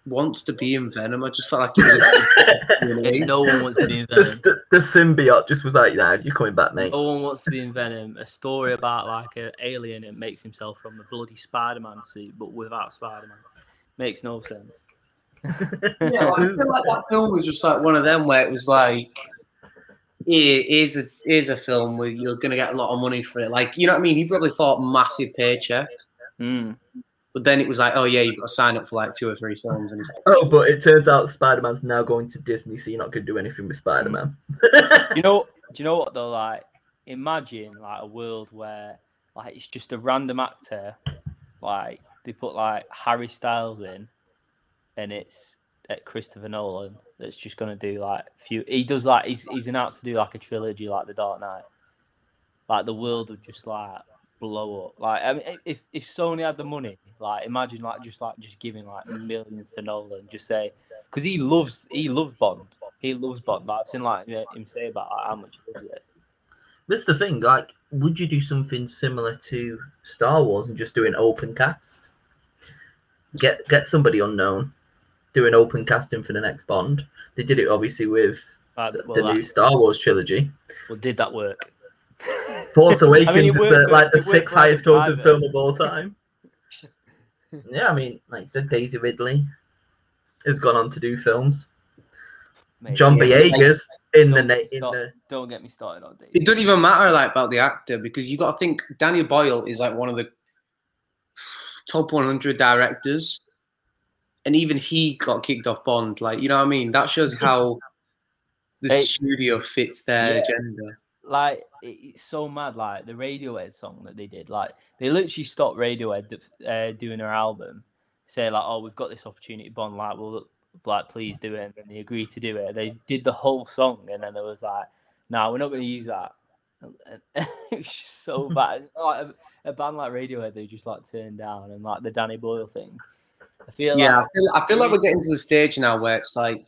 S3: wants to be in Venom. I just felt like he was
S2: yeah, no one wants to be in Venom.
S1: the, the, the symbiote just was like, nah, you're coming back, mate.
S2: No one wants to be in Venom. A story about like an alien that makes himself from the bloody Spider-Man suit, but without Spider-Man. Makes no sense.
S3: yeah, like, I feel like that film was just like one of them where it was like, here, here's a here's a film where you're gonna get a lot of money for it. Like, you know what I mean? He probably thought massive paycheck,
S2: Mm.
S3: but then it was like, oh yeah, you've got to sign up for like two or three films, and it's like,
S1: Oh, but it turns out Spider Man's now going to Disney, so you're not going to do anything with Spider Man.
S2: You know, do you know what though? Like, imagine like a world where like it's just a random actor, like they put like Harry Styles in, and it's uh, Christopher Nolan that's just gonna do like few. He does like he's he's announced to do like a trilogy like The Dark Knight. Like the world would just like blow up. Like I mean, i- if if Sony had the money, like imagine like just like just giving like millions to Nolan, just say because he loves he loves Bond. He loves Bond. Like, I've seen like you know, him say about like, how much he loves it.
S1: That's the thing, like, would you do something similar to Star Wars and just do an open cast? Get get somebody unknown, do an open casting for the next Bond. They did it obviously with
S2: Like,
S1: the,
S2: well,
S1: the
S2: that-
S1: new Star Wars trilogy.
S2: well, did that work?
S1: Force Awakens
S2: it
S1: is
S2: worked
S1: the,
S2: for-
S1: like the
S2: it worked
S1: sixth
S2: for Adam
S1: highest grossing
S2: Driver.
S1: film of all time. yeah, I mean, like I said, Daisy Ridley has gone on to do films.
S2: Mate,
S1: John
S3: yeah,
S1: Boyega's in the
S2: don't
S1: na- in
S2: stop.
S1: the
S2: Don't get me started on Daisy.
S3: it doesn't even matter like about the actor because you got to think Daniel Boyle is like one of the top 100 directors, and even he got kicked off Bond. Like, you know what I mean? That shows how the
S2: Hey.
S3: studio fits their
S2: Yeah.
S3: agenda.
S2: like it- it's so mad like the radiohead song that they did like they literally stopped radiohead d- uh, doing their album say like oh we've got this opportunity bond like well like please do it and then they agreed to do it they did the whole song and then there was like no we're not going to use that And- and it was just so bad like a, a band like radiohead they just like turned down and like the danny boyle thing i feel
S3: yeah,
S2: like
S3: I feel, I feel like we're getting to the stage now where it's like,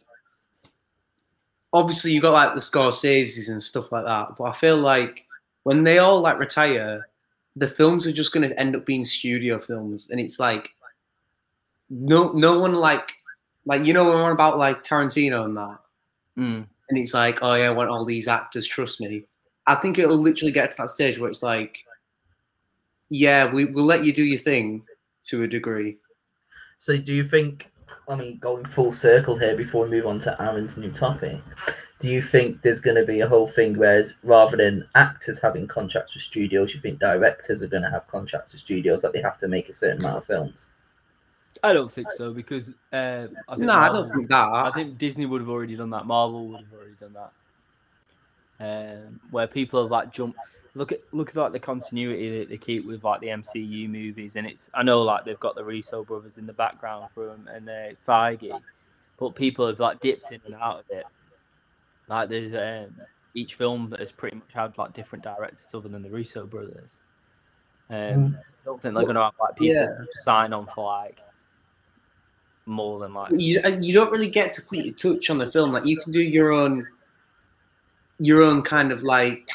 S3: obviously you got like the Scorsese's and stuff like that, but I feel like when they all like retire, the films are just going to end up being studio films, and it's like, no, no one like, like you know when we're on about like Tarantino and that,
S2: mm,
S3: and and it's like, oh yeah, I want all these actors, trust me. I think it'll literally get to that stage where it's like, yeah, we, we'll let you do your thing to a degree.
S1: So do you think? I mean, going full circle here before we move on to Aaron's new topic. Do you think there's going to be a whole thing whereas rather than actors having contracts with studios, you think directors are going to have contracts with studios that they have to make a certain amount of films?
S2: I don't think so because uh, I think
S3: No, I
S2: Marvel-
S3: don't think that.
S2: I think Disney would have already done that. Marvel would have already done that. Um, where people have like jump. Look at look at like the continuity that they keep with like the MCU movies, and it's I know like they've got the Russo brothers in the background for 'em and uh, Feige, but people have like dipped in and out of it. Like there's um, each film has pretty much had like different directors other than the Russo brothers. Um, so I don't think they're gonna have like people
S3: Mm. Yeah.
S2: sign on for like more than like
S3: you, uh, you don't really get to put your touch on the film. Like you can do your own, your own kind of like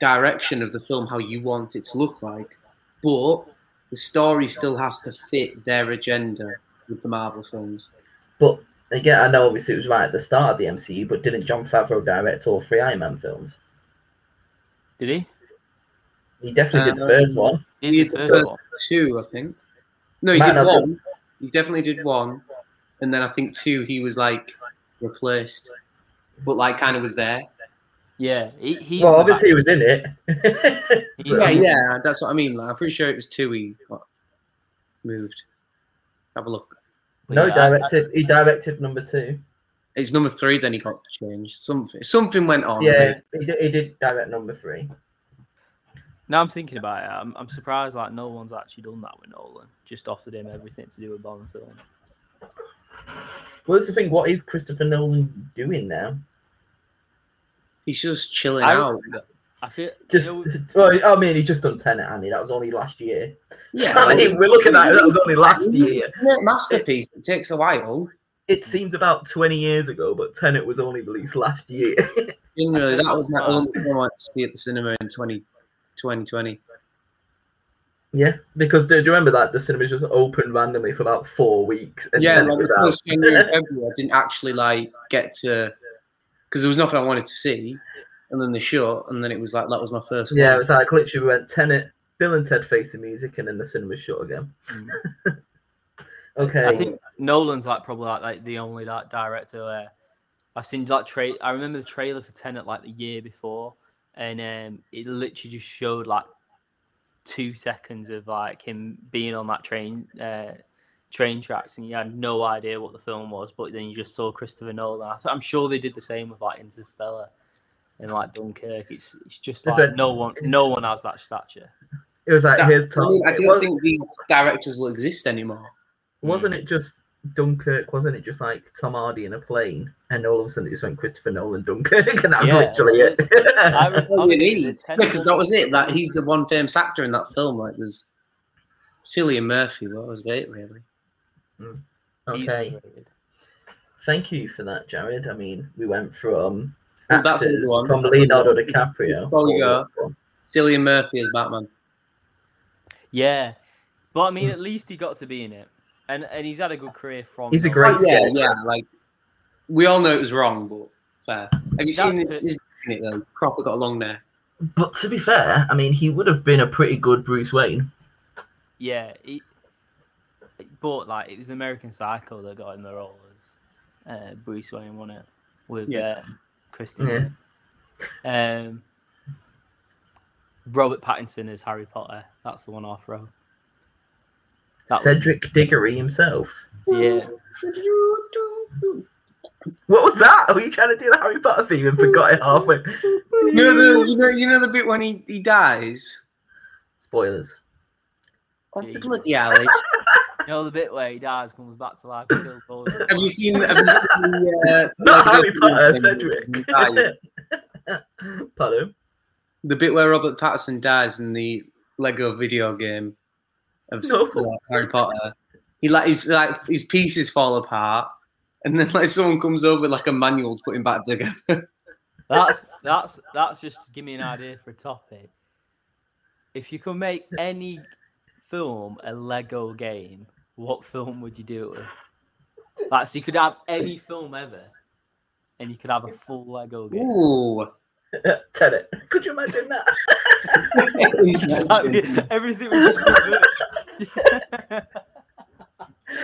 S3: direction of the film, how you want it to look like, but the story still has to fit their agenda with the Marvel films.
S1: But again, I know obviously it was right at the start of the MCU, but didn't John Favreau direct all three Iron Man films?
S2: Did he?
S1: He definitely
S2: Uh,
S1: did the first
S3: Um,
S1: one.
S2: He
S3: He did
S2: did the
S3: the first
S2: first one.
S3: Two, I think. No, he
S1: Might
S3: did
S1: not have
S3: one. He definitely did one, and then I think two he was like replaced, but like kind of was there.
S2: Yeah, he, he's
S1: Well,
S2: the
S1: obviously he was in it.
S2: back- he's
S1: Yeah,
S3: Yeah,
S2: the-
S3: yeah, that's what I mean. Like, I'm pretty sure it was two he got moved. Have a look.
S2: but
S1: no,
S2: yeah, I-
S1: directed. He directed number two.
S3: It's number three. Then he got changed. Something, something went on.
S1: Yeah, he did, he did direct number three.
S2: now I'm thinking about it. I'm, I'm surprised like no one's actually done that with Nolan. Just offered him everything to do with Bond film.
S1: Well, that's the thing. What is Christopher Nolan doing now?
S3: he's just chilling
S2: I,
S3: out.
S2: I feel
S1: Just,
S2: you know,
S1: well, I mean, he's just done Tenet, Annie. That was only last year.
S3: Yeah,
S1: I mean, we're looking at it. That was only last year.
S3: Isn't it a masterpiece. It takes a while.
S1: It seems about 20 years ago, but Tenet was only released last year.
S3: Generally,
S2: I tell
S3: that
S2: you
S3: was my
S2: what.
S3: only film I went to see at the cinema in 20, 2020.
S1: yeah, because do, do you remember that the cinemas just opened randomly for about four weeks? And
S3: yeah,
S1: Tenet
S3: like,
S1: was
S3: the
S1: out.
S3: first January and February, I didn't actually like get to because there was nothing I wanted to see, and then the shot, and then it was like that was my first.
S1: yeah, it
S3: one.
S1: was like literally we went Tenet, Bill and Ted Face the Music, and then the cinema shut again.
S2: Mm.
S1: Okay.
S2: I think Nolan's like probably like, like the only like director where I've seen like tra- I remember the trailer for Tenet like the year before, and um, it literally just showed like two seconds of like him being on that train uh, train tracks, and you had no idea what the film was. But then you just saw Christopher Nolan. I th- I'm sure they did the same with like Interstellar and like Dunkirk. It's it's just
S1: That's
S2: like
S1: right.
S2: no one no one has that stature.
S1: it was like
S3: That-
S1: here's
S3: I
S1: Tom.
S3: mean, I
S1: It
S3: don't
S1: was-
S3: think these directors will exist anymore.
S1: Wasn't it just Dunkirk? Wasn't it just like Tom Hardy in a plane, and all of a sudden it just went Christopher Nolan Dunkirk, and that was
S2: Yeah.
S1: literally it.
S2: I re-
S3: Oh,
S2: honestly,
S3: it
S2: the
S3: is.
S2: Tenet
S3: Because that was it. Like he's the one famous actor in that film. Like there's Cillian Murphy. What was it really?
S2: he's
S1: okay,
S2: underrated.
S1: thank you for that, Jared. I mean, we went from
S3: Well, that's a good
S1: actors
S3: one.
S1: from
S3: That's a good
S1: Leonardo
S3: one.
S1: DiCaprio.
S3: Before we go. Cillian Murphy as Batman.
S2: Yeah, but I
S1: Hmm.
S2: mean, at least he got to be in it, and and he's had a good career from.
S1: He's a
S2: Nolan.
S1: great-
S3: Oh, yeah,
S1: yeah.
S3: yeah. Like we all know it was wrong, but fair. Have you seen
S2: That's
S3: this?
S2: it.
S3: this it though, proper got along there.
S1: But to be fair, I mean, he would have been a pretty good Bruce Wayne.
S2: Yeah, he, but like it was American Psycho that got him the role as uh, Bruce Wayne, won it with
S3: Yeah.
S2: uh, Kristen. Um, Robert Pattinson as Harry Potter. That's the one off row. That was-
S1: Cedric Diggory himself.
S2: Yeah.
S1: What was that? Were you trying to do the Harry Potter theme and forgot it halfway?
S3: No, no, you know, you know the bit when he, he dies.
S1: Spoilers.
S3: Oh,
S2: Jesus.
S3: bloody hell! it's-
S2: You know the bit where he dies, comes back to life, and kills Voldemort.
S3: Have you seen? Have you seen the, uh,
S1: Not
S3: like,
S1: Harry
S3: the-
S1: Potter,
S3: when he dies?
S1: Cedric. Pardon.
S3: The bit where Robert Patterson dies in the Lego video game of s-
S1: No.
S3: like, Harry Potter. He like his like his pieces fall apart, and then like someone comes over with like a manual to put him back together.
S2: That's that's that's just to give me an idea for a topic. If you could make any film a Lego game, what film would you do it with? Like, so you could have any film ever, and you could have a full Lego game.
S3: Ooh. Oh,
S1: Tenet. Could you imagine that?
S2: Exactly. Everything would just be good.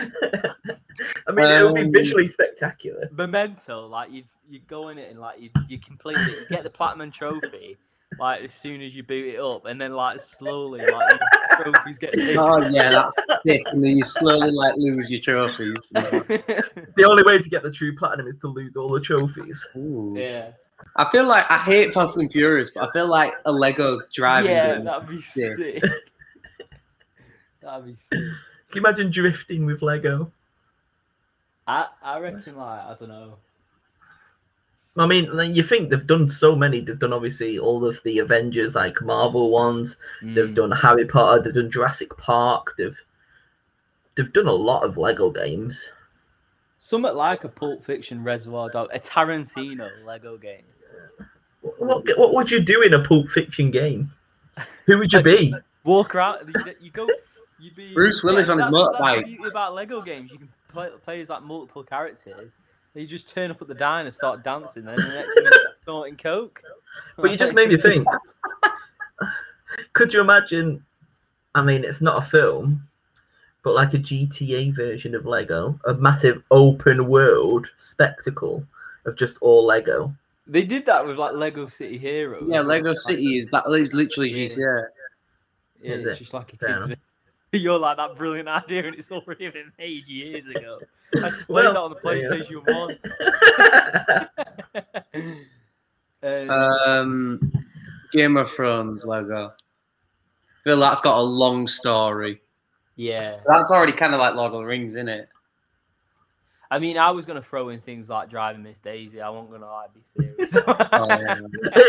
S1: I mean, it would
S3: Um,
S1: be visually spectacular.
S2: Memento, like you you go in it and like you you complete it, you get the platinum trophy, like as soon as you boot it up, and then like slowly like the trophies get taken.
S3: oh yeah, that's sick. And then you slowly like lose your trophies.
S1: The only way to get the true platinum is to lose all the trophies.
S3: Ooh.
S2: yeah,
S3: I feel like I hate Fast and Furious, but I feel like a Lego driving
S2: yeah,
S3: game.
S2: that'd be
S3: sick.
S2: sick. that'd be sick.
S1: Can you imagine drifting with Lego?
S2: I I reckon like I don't know.
S1: I mean, like, you think they've done so many. They've done obviously all of the Avengers, like Marvel ones. They've
S2: Hmm.
S1: done Harry Potter. They've done Jurassic Park. They've they've done a lot of Lego games.
S2: something like a Pulp Fiction, Reservoir Dog, a Tarantino Lego game.
S1: Wh- What g- what would you do in a Pulp Fiction game? Who would you be?
S2: Walk around, you, you go, you'd be
S3: Bruce Willis on his
S2: that's- that's the
S3: motorbike.
S2: beauty about Lego games, you can play, play as like multiple characters. and You just turn up at the diner, and start dancing, and then the next minute you're snorting coke.
S1: But you just made me think. Could you imagine? I mean, it's not a film, but like a GTA version of Lego, a massive open world spectacle of just all Lego.
S2: They did that with like Lego City Heroes.
S3: Yeah,
S2: wasn't
S3: Lego
S2: it?
S3: City is that is literally just
S2: Yeah.
S3: yeah.
S2: Yeah,
S1: Is
S2: it's
S1: it?
S2: just like a
S1: Fair
S2: kid's.
S1: enough.
S2: You're like that brilliant idea, and it's already been made years ago. I just played
S1: Well,
S2: that on the PlayStation One. Um,
S3: Um, Game of Thrones logo. I feel that's got a long story.
S2: yeah,
S3: That's already kind of like Lord of the Rings, isn't it?
S2: I mean, I was gonna throw in things like driving Miss Daisy. I wasn't gonna like be serious.
S3: Oh, yeah.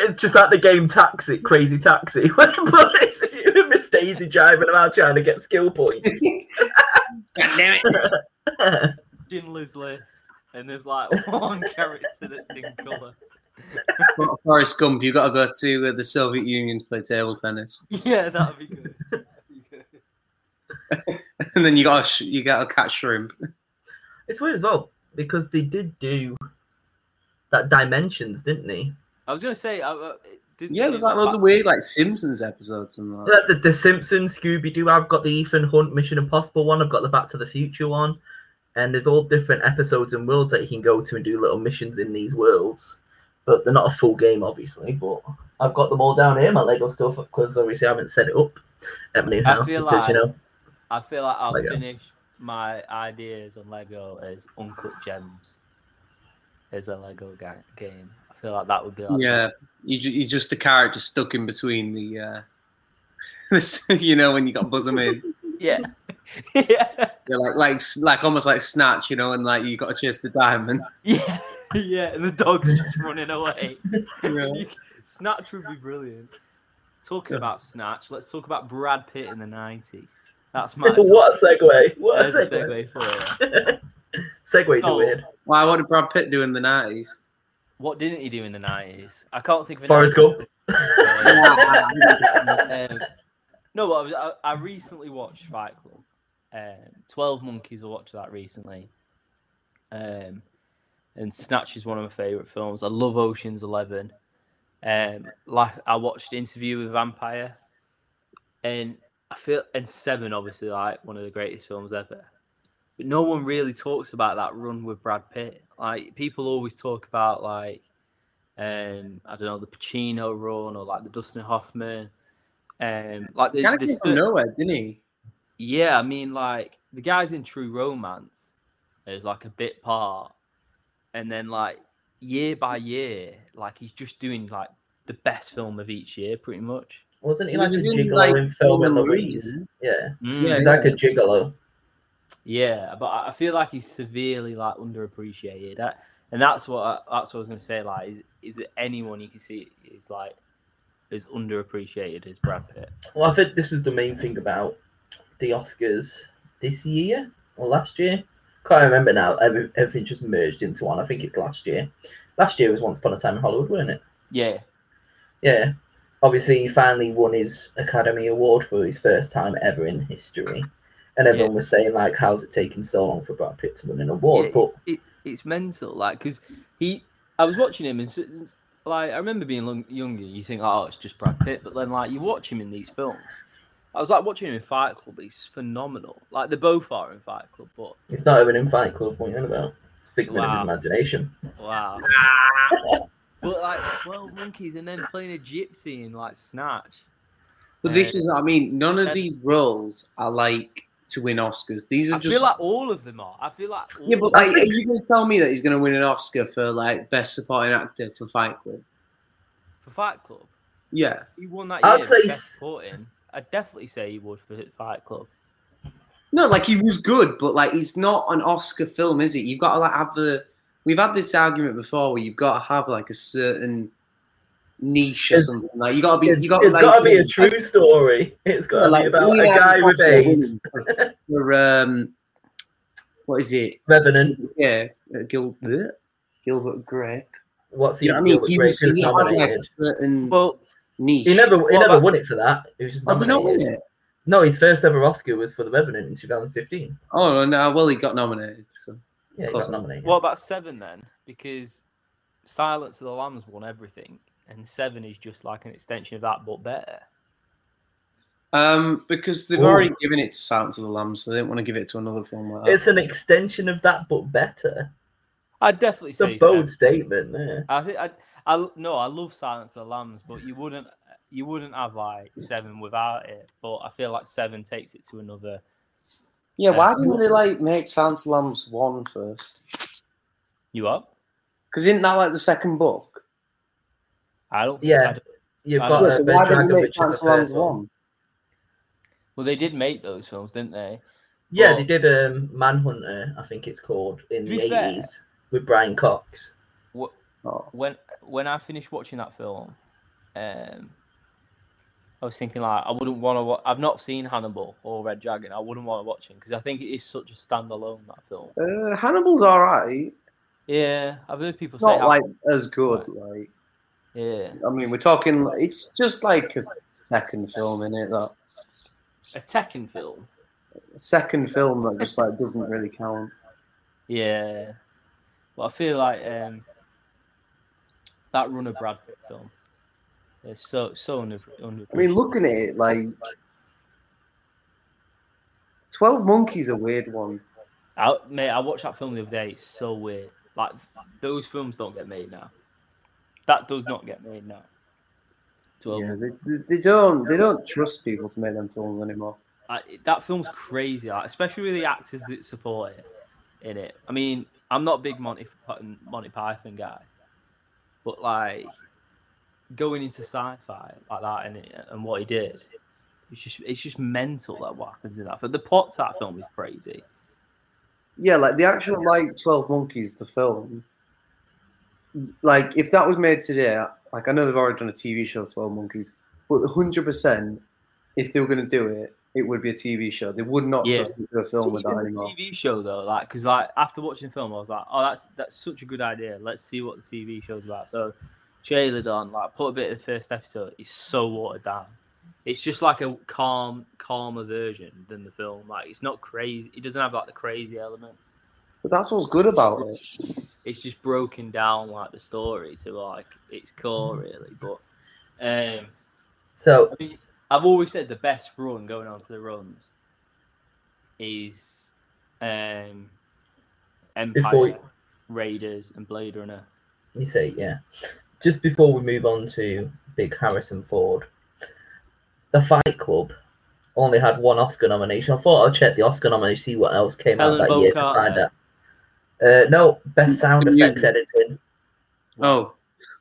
S1: it's just like the game Taxi, Crazy Taxi, when it's just you and Miss Daisy driving around trying to get skill points.
S3: God damn it.
S2: Schindler's List, and there's like one character that's in color.
S3: For- Forrest Gump, you got to go to uh, the Soviet Union to play table tennis,
S2: Yeah, that'd be good. That'd be good.
S3: and then you got to sh- you got to catch shrimp.
S1: It's weird as well because they did do that Dimensions, didn't they?
S2: I was gonna say, I, uh, did,
S3: Yeah, there's like loads of weird like Simpsons episodes and
S2: Oh,
S3: that.
S1: Like The, the Simpsons, Scooby Doo. I've got the Ethan Hunt Mission Impossible one. I've got the Back to the Future one, and there's all different episodes and worlds that you can go to and do little missions in these worlds. But they're not a full game, obviously. But I've got them all down here, my Lego stuff, because obviously I haven't set it up at my new
S2: I
S1: house
S2: feel
S1: because you
S2: like-
S1: know.
S2: I feel like I'll
S1: Lego.
S2: finish my ideas on Lego as Uncut Gems as a Lego ga- game. I feel like that would be like
S3: Yeah, you ju- you just a character stuck in between the. Uh, this, you know when you got buzz 'em in,
S2: yeah, yeah,
S3: you're like like s- like almost like snatch, you know, and like you got to chase the diamond.
S2: yeah, yeah. And the dog's just running away.
S3: you know?
S2: You c- Snatch would be brilliant. Talking
S3: Yeah.
S2: about Snatch, let's talk about Brad Pitt in the nineties. That's my
S1: what a segue! What a
S2: There's a
S1: segue!
S2: segue for it.
S1: Segues
S2: So-
S1: are weird.
S3: Why? What did Brad Pitt do in the nineties?
S2: What didn't he do in the nineties? I can't think of. a
S1: Forrest Gump.
S2: 90s film. Um, no, but I, was, I, I recently watched Fight Club. Um, Twelve Monkeys. I watched that recently. Um, and Snatch is one of my favorite films. I love Ocean's Eleven. Um, like I watched Interview with a Vampire, and I feel and Seven obviously like one of the greatest films ever. But no one really talks about that run with Brad Pitt. Like people always talk about like um I don't know the Pacino run or like the Dustin Hoffman. Um, like the,
S3: Kind of
S2: the
S3: came
S2: cer-
S3: from nowhere, didn't he?
S2: yeah, I mean, like the guys in True Romance is like a bit part, and then like year by year, like he's just doing like the best film of each year, pretty much.
S1: Wasn't he
S3: He
S1: like
S3: was
S1: a
S3: in,
S1: gigolo
S3: like,
S1: in Thelma and
S3: Thelma and
S1: Louise?
S3: Louise, wasn't
S1: Yeah,
S2: Mm,
S1: he's like a gigolo.
S2: yeah, but I I feel like he's severely like underappreciated. That, and that's what I, that's what I was gonna say. Like, is, is there anyone you can see is like is underappreciated as Brad Pitt?
S1: Well, I think this is the main thing about the Oscars this year or last year. Can't remember now. Every, everything just merged into one. I think it's last year. Last year was Once Upon a Time in Hollywood, wasn't it?
S2: Yeah,
S1: Yeah. Obviously, he finally won his Academy Award for his first time ever in history. And everyone was saying, like, how's it taking so long for Brad Pitt to win an award?
S2: Yeah,
S1: But
S2: it, it's mental like because he I, I was watching him, and s- s- like I remember being lung- younger, you think, oh, it's just Brad Pitt, but then like you watch him in these films. I was like watching him in Fight Club. He's phenomenal. Like they both are in Fight Club, but
S1: It's not even in Fight Club. What are you on about? It's a figment
S2: Wow.
S1: of his imagination.
S2: wow. but like Twelve Monkeys, and then playing a gypsy in like Snatch.
S3: But this
S2: Uh,
S3: is, I mean, none of
S2: and-
S3: these roles are like to win Oscars. These are
S2: I
S3: just.
S2: feel like all of them are. I feel like all
S3: yeah, but
S2: of them-
S3: like, are you going to tell me that he's going to win an Oscar for like best supporting actor for Fight Club?
S2: for Fight Club,
S3: Yeah.
S2: he won that
S1: I'd
S2: year.
S1: say
S2: for
S1: s-
S2: Best supporting. I'd definitely say he would for Fight Club.
S3: No, like he was good, but like it's not an Oscar film, is it? You've got to like have the. We've had this argument before where you've got to have like a certain niche or
S1: It's-
S3: something. Like you got to be.
S1: It's,
S3: You got to
S1: it's
S3: like,
S1: got to be a true story. It's got to
S3: like,
S1: be about a
S3: Leonardo
S1: guy with
S3: DiCaprio
S1: AIDS.
S3: winning For, for, um, what is it?
S1: Revenant.
S3: Yeah, uh, Gil- bleh, Gilbert Grape.
S1: What's he
S3: You know
S1: yeah,
S3: what I mean? He
S1: great
S3: was,
S1: he,
S3: he had like a
S1: nominated?
S3: certain
S2: Well,
S3: niche.
S1: He never, he
S2: Well,
S1: never
S2: that-
S1: won it for that. He was just
S3: Oh, did he not win
S1: nominated.
S3: it?
S1: No, his first ever Oscar was for The Revenant in 2015.
S3: Oh no! Well, he got nominated. So
S1: Yeah, he got
S3: Awesome.
S1: nominated.
S2: what about Seven then? Because Silence of the Lambs won everything, and Seven is just like an extension of that, but better.
S3: um, because they've
S1: Ooh.
S3: already given it to Silence of the Lambs, so they didn't want to give it to another film. Like that.
S1: It's an extension of that, but better.
S2: I'd definitely
S1: It's
S2: say
S1: a
S2: Seven.
S1: bold statement there.
S2: I think I, I l- no, I love Silence of the Lambs, but you wouldn't you wouldn't have like Seven without it. But I feel like Seven takes it to another.
S3: yeah, why
S2: Yeah.
S3: didn't they like make Silence of the Lambs one first?
S2: You up?
S3: Because isn't that like the second book?
S2: I don't. Think,
S1: Yeah.
S2: I don't-
S1: You've
S2: I
S1: got
S2: know.
S3: yeah,
S1: uh,
S3: so
S1: Ben
S3: why didn't they
S1: Dragon,
S3: make
S1: which is
S3: Silence
S1: the
S3: of the Lambs
S1: first one.
S3: one?
S2: well, they did make those films, didn't they?
S1: Yeah,
S2: Well-
S1: they did um, Manhunter, I think it's called, in
S2: To
S1: the
S2: be fair-
S1: 80s with Brian Cox.
S2: What
S3: Oh.
S2: when when I finished watching that film, um, I was thinking like I wouldn't want to. Wa- I've not seen Hannibal or Red Dragon. I wouldn't want to watch it because I think it is such a standalone that film.
S3: Uh, Hannibal's all right.
S2: Yeah, I've heard people
S3: It's
S2: say
S3: not
S2: how-
S3: like as good. Like
S2: yeah
S3: I mean, we're talking. It's just like a second film in it. That
S2: a Tekken film.
S3: second film that just like doesn't really count.
S2: Yeah, but I feel like um, that Runner Brad Pitt film is so so under. under
S3: I mean, looking at it, like Twelve Monkeys, a weird one.
S2: I, mate, I watched that film the other day. It's so weird. Like those films don't get made now. That does not get made now. Twelve.
S3: Yeah, they, they- they don't they don't trust people to make them films anymore.
S2: Like, it- that film's crazy. Like, especially with the actors that support it in it. I mean, I'm not a big Monty Python- Monty Python guy, but like going into sci-fi like that and it, and what he did, it's just it's just mental that what happens in that. But the plot to that film is crazy.
S3: Yeah, like the actual like Twelve Monkeys, the film. Like if that was made today, like I know they've already done a TV show, Twelve Monkeys, but hundred percent, if they were going to do it, it would be a TV show. They would not
S2: Yeah.
S3: trust them to do a film with that
S2: Even the
S3: anymore.
S2: TV show though, like, because like after watching the film, I was like, oh, that's that's such a good idea. Let's see what the TV show's about. So, trailer done, like, put a bit of the first episode. It's so watered down. It's just like a calm, calmer version than the film. Like, it's not crazy. It doesn't have like the crazy elements.
S3: But that's what's good about it.
S2: It's just broken down like the story to like its core, really. But um,
S1: So,
S2: I mean, I've always said the best run going on to the runs is um, Empire,
S1: Before you-
S2: Raiders, and Blade Runner.
S1: you say, yeah. Just before we move on to Big Harrison Ford, The Fight Club only had one Oscar nomination. I thought I'd check the Oscar nomination, see what else came
S2: Helen
S1: out that
S2: Bonham
S1: year to
S2: Carter.
S1: find out. Uh, no, best sound
S3: Mm, The
S1: effects
S3: Mutant.
S1: editing.
S3: Oh,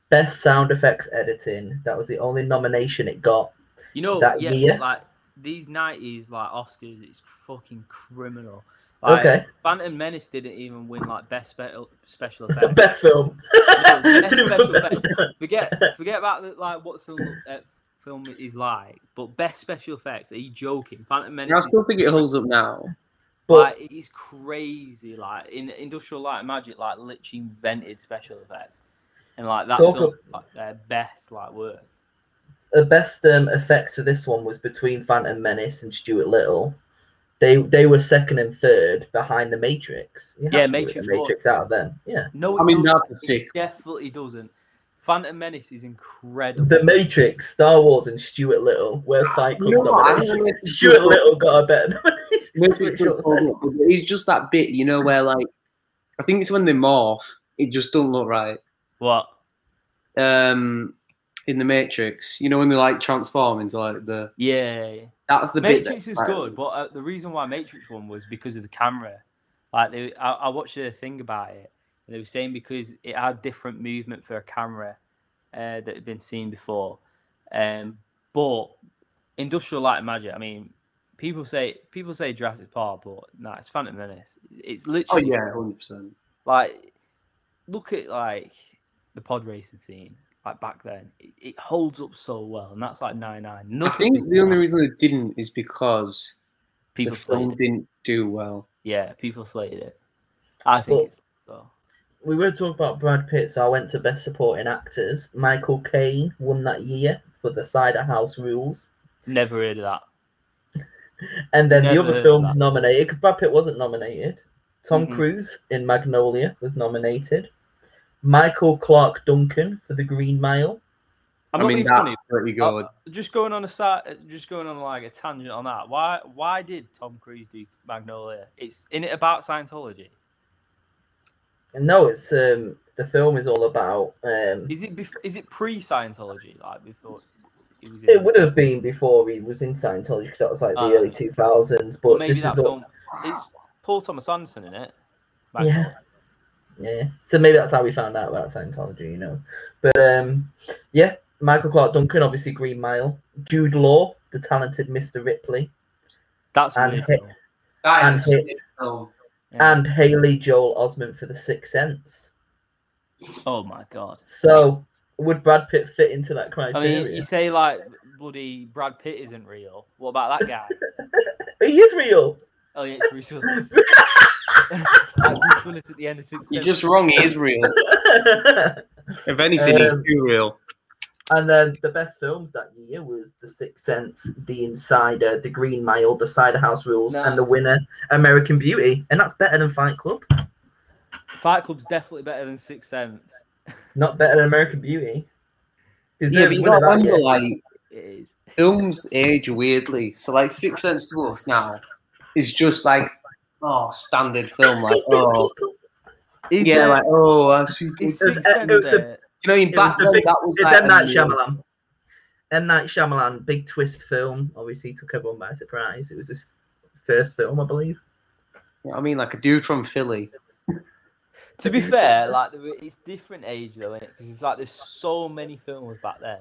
S1: Best sound effects editing. That was the only nomination it got.
S2: You know,
S1: That
S2: yeah,
S1: year?
S2: like these nineties, like Oscars, it's fucking criminal. Like,
S1: okay,
S2: Phantom Menace didn't even win like best spe- special effects.
S1: best film.
S2: No, best
S1: To do
S2: special
S1: best
S2: effects.
S1: film.
S2: forget forget about the, like what the film uh, film is like, but best special effects. Are you joking? Phantom Menace.
S3: I
S2: is
S3: still think it holds up now.
S1: But
S2: like it's crazy. Like in Industrial Light and Magic, like literally invented special effects, and like that
S1: Talk of-
S2: film, like their best like work.
S1: the best um, effects for this one was between Phantom Menace and Stuart Little. They they were second and third behind the Matrix. You have to
S2: Yeah,
S1: root
S2: Matrix
S1: the Matrix out of them. Yeah,
S2: No,
S3: I
S2: it
S3: mean,
S2: doesn't.
S3: that's a sick.
S2: It definitely doesn't. Phantom Menace is incredible.
S1: the Matrix, Star Wars, and Stuart Little. Where's Fight Club?
S3: You know what? I don't
S1: nomination?
S3: know if it's
S1: Stuart
S3: good.
S1: Little got a better.
S3: Maybe it's just all up, but it's just that bit, you know, where like I think it's when they morph, it just don't look right.
S2: What?
S3: Um, in the Matrix, you know, when they like transform into like the
S2: Yeah. yeah.
S3: that's the bit
S2: Matrix
S3: that-
S2: is
S3: like,
S2: good, but uh, the reason why Matrix one was because of the camera. Like they, I, I watched a thing about it, and they were saying because it had different movement for a camera uh, that had been seen before. Um, but Industrial Light and Magic, I mean, people say people say Jurassic Park, but no, it's Phantom Menace. It's
S3: Oh
S2: literally
S3: yeah, hundred percent.
S2: like look at like the pod racing scene like back then it, it holds up so well and that's like 99
S3: I
S2: nothing
S3: think the only reason they didn't is because
S2: people
S3: the film
S2: slated it.
S3: didn't do well.
S2: yeah people slated it i think
S1: Well-
S2: it's uh, so.
S1: we were talking about Brad Pitt, so I went to Best Supporting Actors. Michael Caine won that year for The Cider House Rules.
S2: never heard of that
S1: And then
S2: Never
S1: the
S2: heard
S1: other
S2: of
S1: films
S2: that.
S1: nominated, because Brad Pitt wasn't nominated. Tom
S2: Mhm.
S1: Cruise in Magnolia was nominated. Michael Clark Duncan for The Green Mile.
S2: i'm
S3: I
S2: not
S3: mean,
S2: being
S3: that's
S2: funny
S3: pretty
S2: Uh,
S3: good.
S2: just going on a side just going on like a tangent on that why why did tom cruise do magnolia it's in it about scientology
S1: And no, it's um the film is all about um
S2: is it bef- is it pre-scientology like before it was
S1: it would have been before he was in Scientology because that was like the
S2: Ah.
S1: early two thousands, but
S2: maybe
S1: this is
S2: that
S1: all,
S2: film it's paul thomas anderson in it
S1: Yeah. yeah. So maybe that's how we found out about Scientology, who knows? But um yeah, Michael Clark Duncan, obviously Green Mile, Jude Law, the talented Mr. Ripley,
S2: That's
S1: And
S2: weird.
S1: hit-
S2: though.
S3: That is a
S1: and
S3: sick film.
S2: Yeah.
S1: and Haley Joel Osment for the Sixth Sense.
S2: oh my god.
S1: So would Brad Pitt fit into that
S2: I
S1: criteria?
S2: mean, you say like bloody Brad Pitt isn't real. What about that guy?
S1: he is real.
S2: oh yeah, it's Bruce Willis. Like, Bruce Willis at the end of six.
S3: You're just wrong. It is real.
S1: and
S3: If anything, it's
S1: Um,
S3: too real.
S1: then the best films that year was The Sixth Sense, The Insider, The Green Mile, The Cider House Rules,
S2: Nah.
S1: and the winner, American Beauty, and that's better than Fight Club.
S2: Fight Club's definitely better than Six Sense.
S1: Not better than American Beauty.
S3: Yeah, but you
S1: winner
S3: got
S1: that year.
S3: like
S2: It is.
S3: films age weirdly. So like Six Sense to us now is just like oh standard film like oh
S2: Is
S3: yeah
S2: there-
S3: like oh I see. You
S2: is
S1: it was-
S2: Sixth
S1: it
S2: Sense
S1: was a-
S2: there?
S3: know, in back
S1: the
S3: then
S1: big-
S3: that was
S1: It's
S3: like
S1: M Night
S3: a-
S1: Shyamalan. M Night Shyamalan, big twist film. Obviously took everyone by surprise. It was his first film, I believe.
S3: you know what I mean like a dude from Philly.
S2: To be fair, like there- it's different age though, is Because it's like there's so many films back then.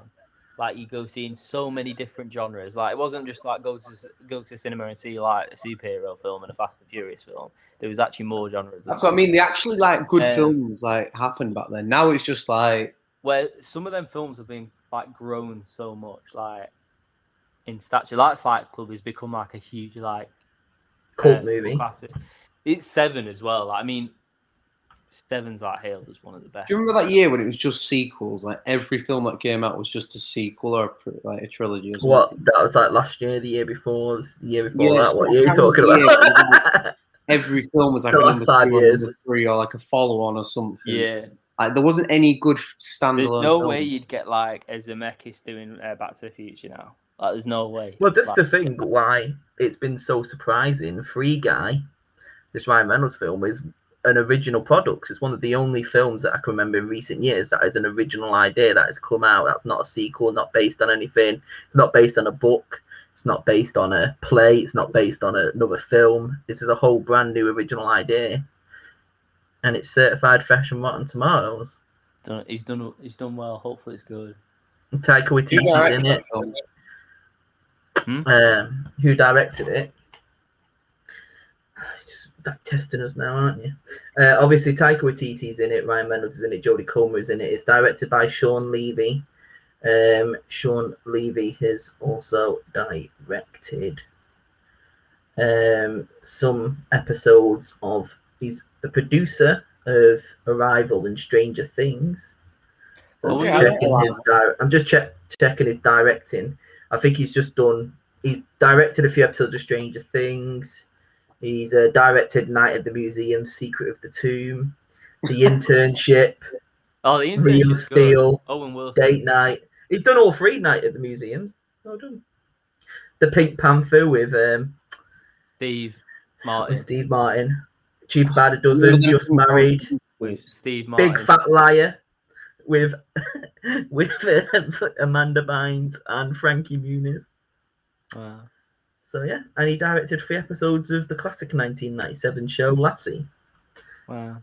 S2: Like you go see in so many different genres. Like it wasn't just like go to s- go to cinema and see like a superhero film and a Fast and Furious film. There was actually more genres. than
S3: That's what I mean. They actually like good
S2: Um,
S3: films like happened back then. Now it's just like
S2: where some of them films have been like grown so much, like in stature. Like Fight Club has become like a huge like
S1: Cult
S2: uh,
S1: movie.
S2: classic. It's Seven as well. Like, I mean, Seven's like hailed as one of the best.
S3: do you remember that year when it was just sequels? Like every film that came out was just a sequel or a, pr- like a trilogy. Or something.
S1: What that was like last year, the year before, was the year before
S3: Yeah, it's
S1: that. What
S3: not
S1: year are you
S3: how
S1: talking
S3: many
S1: about?
S3: every film was like
S1: The
S3: a
S1: last
S3: number
S1: five
S3: two or
S1: years.
S3: number three or like a follow on or something.
S2: Yeah,
S3: Like there wasn't any good f-
S2: there's
S3: standalone.
S2: no
S3: film.
S2: way you'd get like a Zemeckis doing uh, Back to the Future now. Like, there's no way.
S1: well, that's
S2: Like,
S1: the thing. Why it's been so surprising. Free Guy, this Ryan Reynolds film, is an original product. It's one of the only films that I can remember in recent years that is an original idea that has come out. That's not a sequel. Not based on anything. It's not based on a book. It's not based on a play. It's not based on another film. This is a whole brand new original idea, and it's certified fresh and Rotten Tomatoes.
S2: done, he's done. He's done well. Hopefully, it's good.
S1: Taika
S3: Who directs
S1: Waititi's in
S3: that
S1: it.
S3: film?
S1: Um, who directed it? It's Just back testing us now, aren't you? Uh, obviously, Taika Waititi's in it. Ryan Reynolds is in it. Jodie Comer is in it. It's directed by Sean Levy. Um, Sean Levy has also directed um, some episodes of. He's the producer of Arrival and Stranger Things. So I'm,
S2: Oh,
S1: just
S2: yeah, I
S3: like
S1: checking
S3: that.
S1: his di- I'm just check- checking his directing. I think he's just done. He's directed a few episodes of Stranger Things. He's uh, directed Night at the Museum, Secret of the Tomb, The Internship,
S2: Oh, the internship's
S1: Real
S2: good.
S1: Steel,
S2: Owen Wilson.
S1: Date Night. He's done all three Night at the Museums. Well done. The Pink Panther with um,
S2: Steve
S1: with
S2: Martin.
S1: Steve Martin. Cheap about a dozen, just married.
S2: With Steve Martin.
S1: Big fat liar with with uh, Amanda Bynes and Frankie Muniz.
S2: Wow.
S1: So yeah, and he directed three episodes of the classic 1997 show Lassie.
S2: Wow.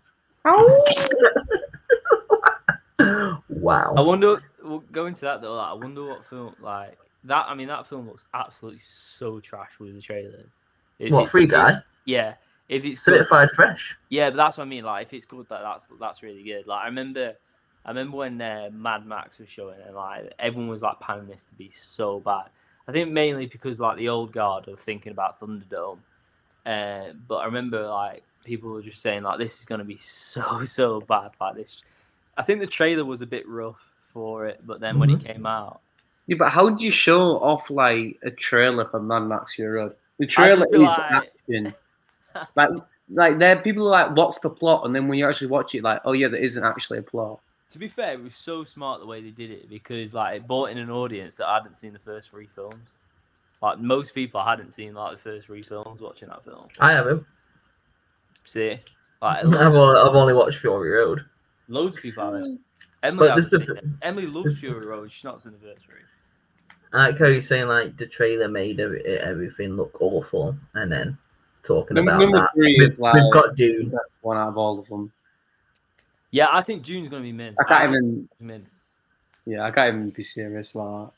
S2: I
S1: wow.
S2: wonder. We'll go into that though. Like, I wonder what film like that. I mean, that film looks absolutely so trash with the trailers. If
S1: What
S2: it's-
S1: free guy?
S2: Yeah. If it's good,
S1: Certified fresh.
S2: yeah, but that's what I mean. Like, if it's good, that that's that's really good. Like, I remember, I remember when uh, Mad Max was showing, and like everyone was like panning this to be so bad. I think mainly because like the old guard of thinking about Thunderdome. Uh, but I remember like people were just saying like this is going to be so so bad. Like this, I think the trailer was a bit rough for it, but then
S3: Mm-hmm.
S2: when it came out,
S3: Yeah, but how do you show off like a trailer for Mad Max Fury Road? The
S2: I
S3: trailer
S2: feel
S3: is
S2: like-
S3: action. like, like there, people are like, "What's the plot?" And then when you actually watch it, like, "Oh yeah, there isn't actually a plot."
S2: to be fair, it was so smart the way they did it because like it brought in an audience that hadn't seen the first three films. Like most people hadn't seen like the first three films watching that film.
S1: I haven't.
S2: See, like
S1: I've only, I've only watched Fury Road.
S2: loads of people
S3: Hmm.
S2: haven't. Emily,
S1: But this
S2: hasn't
S1: is the
S2: seen
S1: th-
S2: it. Emily loves
S1: this-
S2: Fury Road. She's not seen the first three.
S1: I like how you're saying like the trailer made every, everything look awful, and then talking
S3: Number-
S1: about
S3: number
S1: that.
S3: three
S1: We've,
S3: is like-
S1: we've got Dune.
S3: That's one out of all of them.
S2: Yeah, I think June's gonna be min.
S3: I can't even.
S2: even min.
S3: Yeah, I can't even be serious about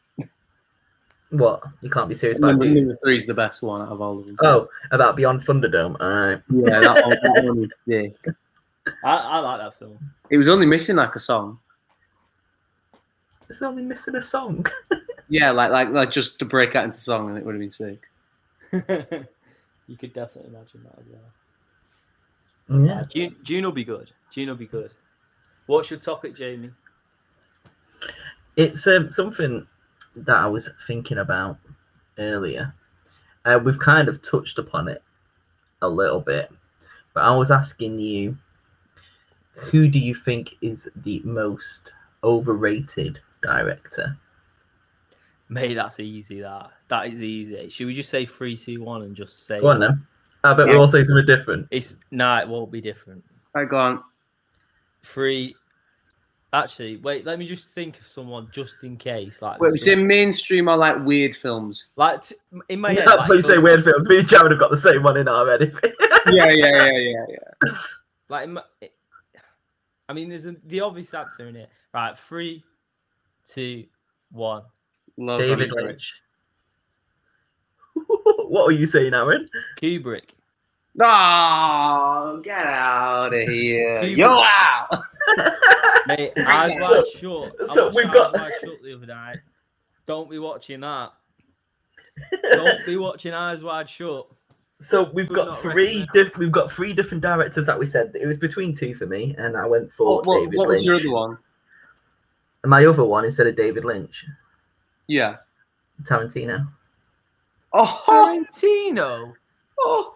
S1: What? You can't be serious
S3: that.
S1: about
S3: Number,
S1: Dune.
S3: number three is the best one out of all of them.
S1: Oh, about Beyond Thunderdome. Uh, Alright.
S3: Yeah, that one, that one is sick.
S2: I, I like that film.
S3: It was only missing like a song.
S1: It's only missing a song.
S3: Yeah, like like like just to break out into song, and it would have been sick.
S2: you could definitely imagine that as well.
S1: Yeah.
S2: June, June will be good. June will be good. What's your topic, Jamie?
S1: It's um, something that I was thinking about earlier. Uh, we've kind of touched upon it a little bit, but I was asking you who do you think is the most overrated director?
S2: Mate, that's easy. That that is easy. Should we just say three, two, one, and just say
S1: Go on then. I bet we're all saying something different.
S2: it's nah? It won't be different.
S3: All right, go on.
S2: Three. Actually, wait. Let me just think of someone just in case. Like,
S3: Wait, we
S2: so-
S3: say mainstream or like weird films?
S2: like t- in my
S1: You
S2: head.
S1: can't
S2: like,
S1: please say
S2: those-
S1: weird films. Me and Jared have got the same one in already.
S3: yeah, yeah, yeah, yeah, yeah.
S2: Like, in my- I mean, there's a, the obvious answer in it. Right, three, two, one.
S3: Love
S1: David
S3: Humphrey.
S1: Lynch. what were you saying, Aaron?
S2: Kubrick.
S3: No, get out of here.
S2: He
S3: Yo
S2: was-
S3: out.
S2: Mate, eyes
S1: So-
S2: wide shut. I
S1: so
S2: watched
S1: we've
S2: Eyes
S1: got-
S2: Wide Shut the other night. Don't be watching that. Don't be watching Eyes Wide Shut.
S1: So we've
S2: Would
S1: got
S2: not
S1: three.
S2: recommend.
S1: Diff- we've got three different directors that we said it was between two for me, and I went for
S3: Oh, What, what,
S1: David
S3: what was
S1: Lynch.
S3: your other one?
S1: And My other one instead of David Lynch,
S3: Yeah.
S1: Tarantino.
S3: Oh,
S2: Tarantino.
S3: oh. Oh,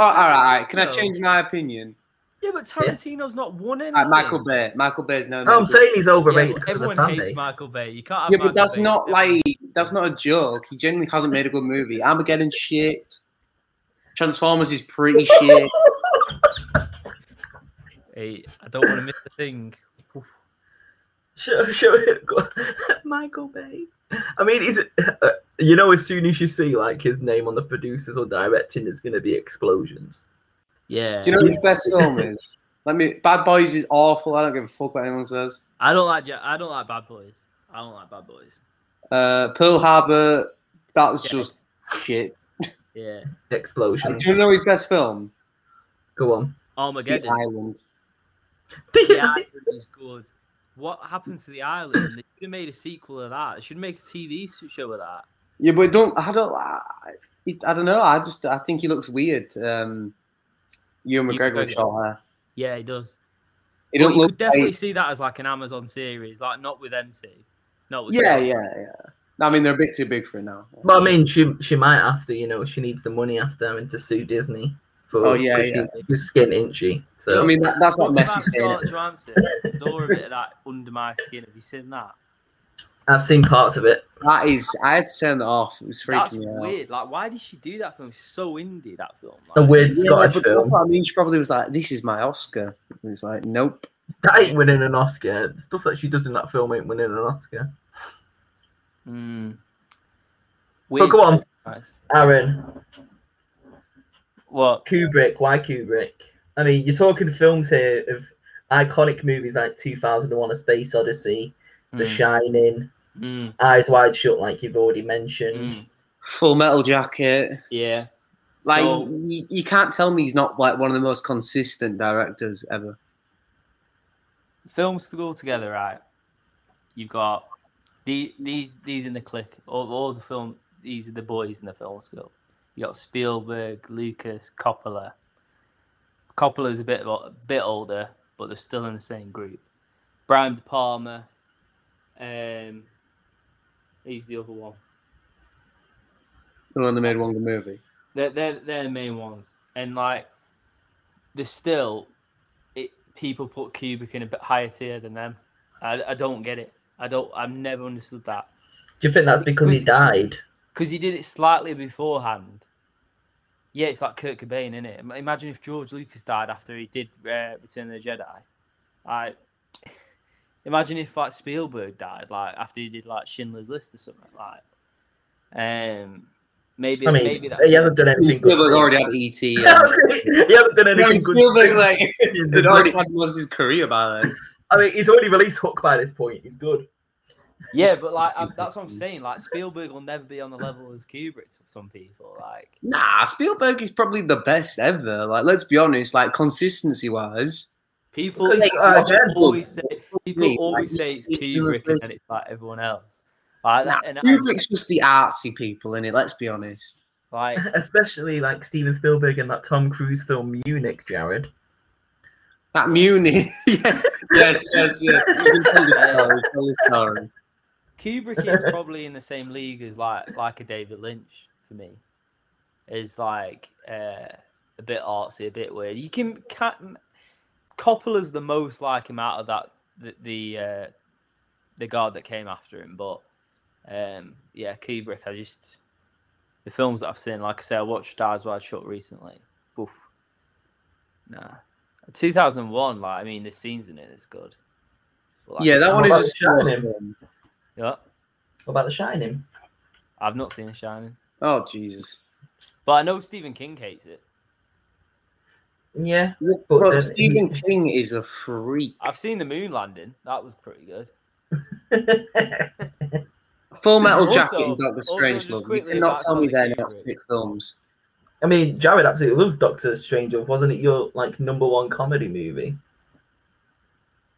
S3: all right, all right. Can I
S2: No.
S3: change my opinion?
S2: Yeah, but Tarantino's not won anything.
S3: All right, Michael Bay. Michael Bay's never.
S1: No,
S3: made
S1: Oh, I'm
S3: it.
S1: saying he's
S2: Yeah,
S1: overrated
S2: but
S1: because of the
S2: everyone
S1: fan
S2: hates
S1: base.
S2: Michael Bay. You can't have
S3: Yeah, but
S2: Michael
S3: that's
S2: Bay.
S3: not
S2: Everyone-
S3: like that's not a joke. He genuinely hasn't made a good movie. Armageddon shit. Transformers is pretty shit.
S2: Hey, I don't want to miss the thing.
S1: Sure, sure. Go- Michael Bay. I mean, he's. Uh, you know, as soon as you see like his name on the producers or directing, there's going to be explosions.
S2: Yeah.
S3: Do you know what his best film is? Let me. Bad Boys is awful. I don't give a fuck what anyone says.
S2: I don't like. Ja- I don't like Bad Boys. I don't like Bad Boys.
S3: Uh, Pearl Harbor. That's
S2: Yeah.
S3: just shit.
S2: Yeah.
S3: Like,
S1: Explosions.
S3: do you know his best film?
S1: Go on.
S3: The
S2: Armageddon.
S3: Island.
S2: the island is good. What happened to the island? They should have made a sequel of that. They should make a TV show of that.
S3: Yeah, but don't I don't I, I don't know. I just I think he looks weird. Um, Ewan
S2: Ewan
S3: McGregor with
S2: McGregor.
S3: short hair.
S2: Yeah, it does.
S3: He
S2: Well,
S3: don't
S2: you
S3: look.
S2: could definitely
S3: like-
S2: see that as like an Amazon series, like not with them two. Not with
S3: yeah,
S2: them.
S3: yeah, yeah. No, I mean, they're a bit too big for it now.
S1: But I mean, she she might after you know she needs the money after having to sue Disney. For
S3: Oh, yeah,
S1: 'cause
S3: yeah.
S1: She was skin, isn't she? So
S3: I mean, that, that's not
S2: What about
S3: Messi saying it.
S2: Scarlett Johansson? There were a bit of that under my skin. Have you seen that?
S1: I've seen parts of it.
S3: That is, I had to turn that off. It was
S2: That's
S3: freaking me out.
S2: weird. Like, why did she do that film? It's so indie that film.
S1: A
S2: Like,
S1: weird
S3: Yeah,
S1: Scottish
S3: but that's
S1: film.
S3: what I mean, she probably was like, "This is my Oscar." And it's like, nope.
S1: That ain't winning an Oscar. The stuff that she does in that film ain't winning an Oscar. But
S2: mm, weird
S1: go on,
S2: sometimes.
S1: Aaron.
S2: What?
S1: Kubrick. Why Kubrick? I mean, you're talking films here of iconic movies like 2001: A Space Odyssey, The
S2: Mm,
S1: Shining,
S2: mm,
S1: Eyes Wide Shut, like you've already mentioned.
S2: mm,
S3: Full Metal Jacket.
S2: yeah.
S3: Like,
S2: So-
S3: you, you can't tell me he's not like one of the most consistent directors ever.
S2: films to go together, right? You've got the, these these in the click, all, all the film. These are the boys in the film school. You got Spielberg, Lucas, Coppola. Coppola's a bit a bit older, but they're still in the same group. Brian De Palma. Um, he's the other one.
S3: The one that made one good movie.
S2: They're they're, they're the main ones, and like there's still it. People put Kubrick in a bit higher tier than them. I, I don't get it. I don't. I've never understood that
S1: Do you think that's because he
S2: Was-
S1: died?
S2: because he did it slightly beforehand. Yeah, it's like Kurt Cobain, is it? Imagine if George Lucas died after he did uh, Return of the Jedi. I imagine if like Spielberg died, like after he did like Schindler's List or something like. Um, maybe
S1: I mean,
S2: maybe that.
S1: he hasn't done anything. good.
S3: Spielberg already had E.T.
S1: he
S3: yeah.
S1: hasn't done anything.
S3: no,
S1: good.
S3: Spielberg like had
S1: good.
S3: already had most of his career by then.
S1: I mean, he's already released Hook by this point. He's good.
S2: Yeah, but like i that's what I'm saying. Like Spielberg will never be on the level as Kubrick to some people. Like,
S3: Nah, Spielberg is probably the best ever. Like, let's be honest. Like, consistency wise,
S2: People,
S1: Because,
S2: people
S1: uh, Jen-
S2: always say people
S3: like,
S2: always say it's
S3: it's in the
S2: Kubrick and then
S3: space.
S2: it's like everyone else. Like,
S3: nah,
S2: that, and I-
S3: Kubrick's just the artsy people in it. Let's be honest.
S2: like
S1: Especially like Steven Spielberg in that Tom Cruise film Munich, Jared.
S3: That Muni, yes, yes, yes, yes. You can tell the story, tell the story.
S2: Kubrick is probably in the same league as like like a David Lynch for me. Is like uh, a bit artsy, a bit weird. You can can Coppola's the most like him out of that the the, uh, the guard that came after him, but um, yeah, Kubrick. I just the films that I've seen, like I said, I watched Eyes Wide Shut recently. Oof. Nah, 2001. Like I mean, the scenes in it is good. But, like,
S3: Yeah, that
S1: How
S3: one is
S1: about
S3: a
S1: The
S3: slow
S1: Shining?
S3: film.
S2: yeah.
S1: What about The Shining?
S2: I've not seen The Shining.
S3: Oh Jesus!
S2: But I know Stephen King hates it.
S1: Yeah,
S3: But,
S1: But then-
S3: Stephen King is a freak.
S2: I've seen the moon landing. That was pretty good.
S3: Full Metal
S2: Also-
S3: Jacket and Doctor
S2: also
S3: Strange
S2: just
S3: Love. You
S2: quickly
S3: cannot
S2: about
S3: tell me
S2: Colin
S3: they're not
S2: Kubrick.
S3: sick films.
S1: I mean, Jared absolutely loves Doctor Strange. Wasn't it your like number one comedy movie?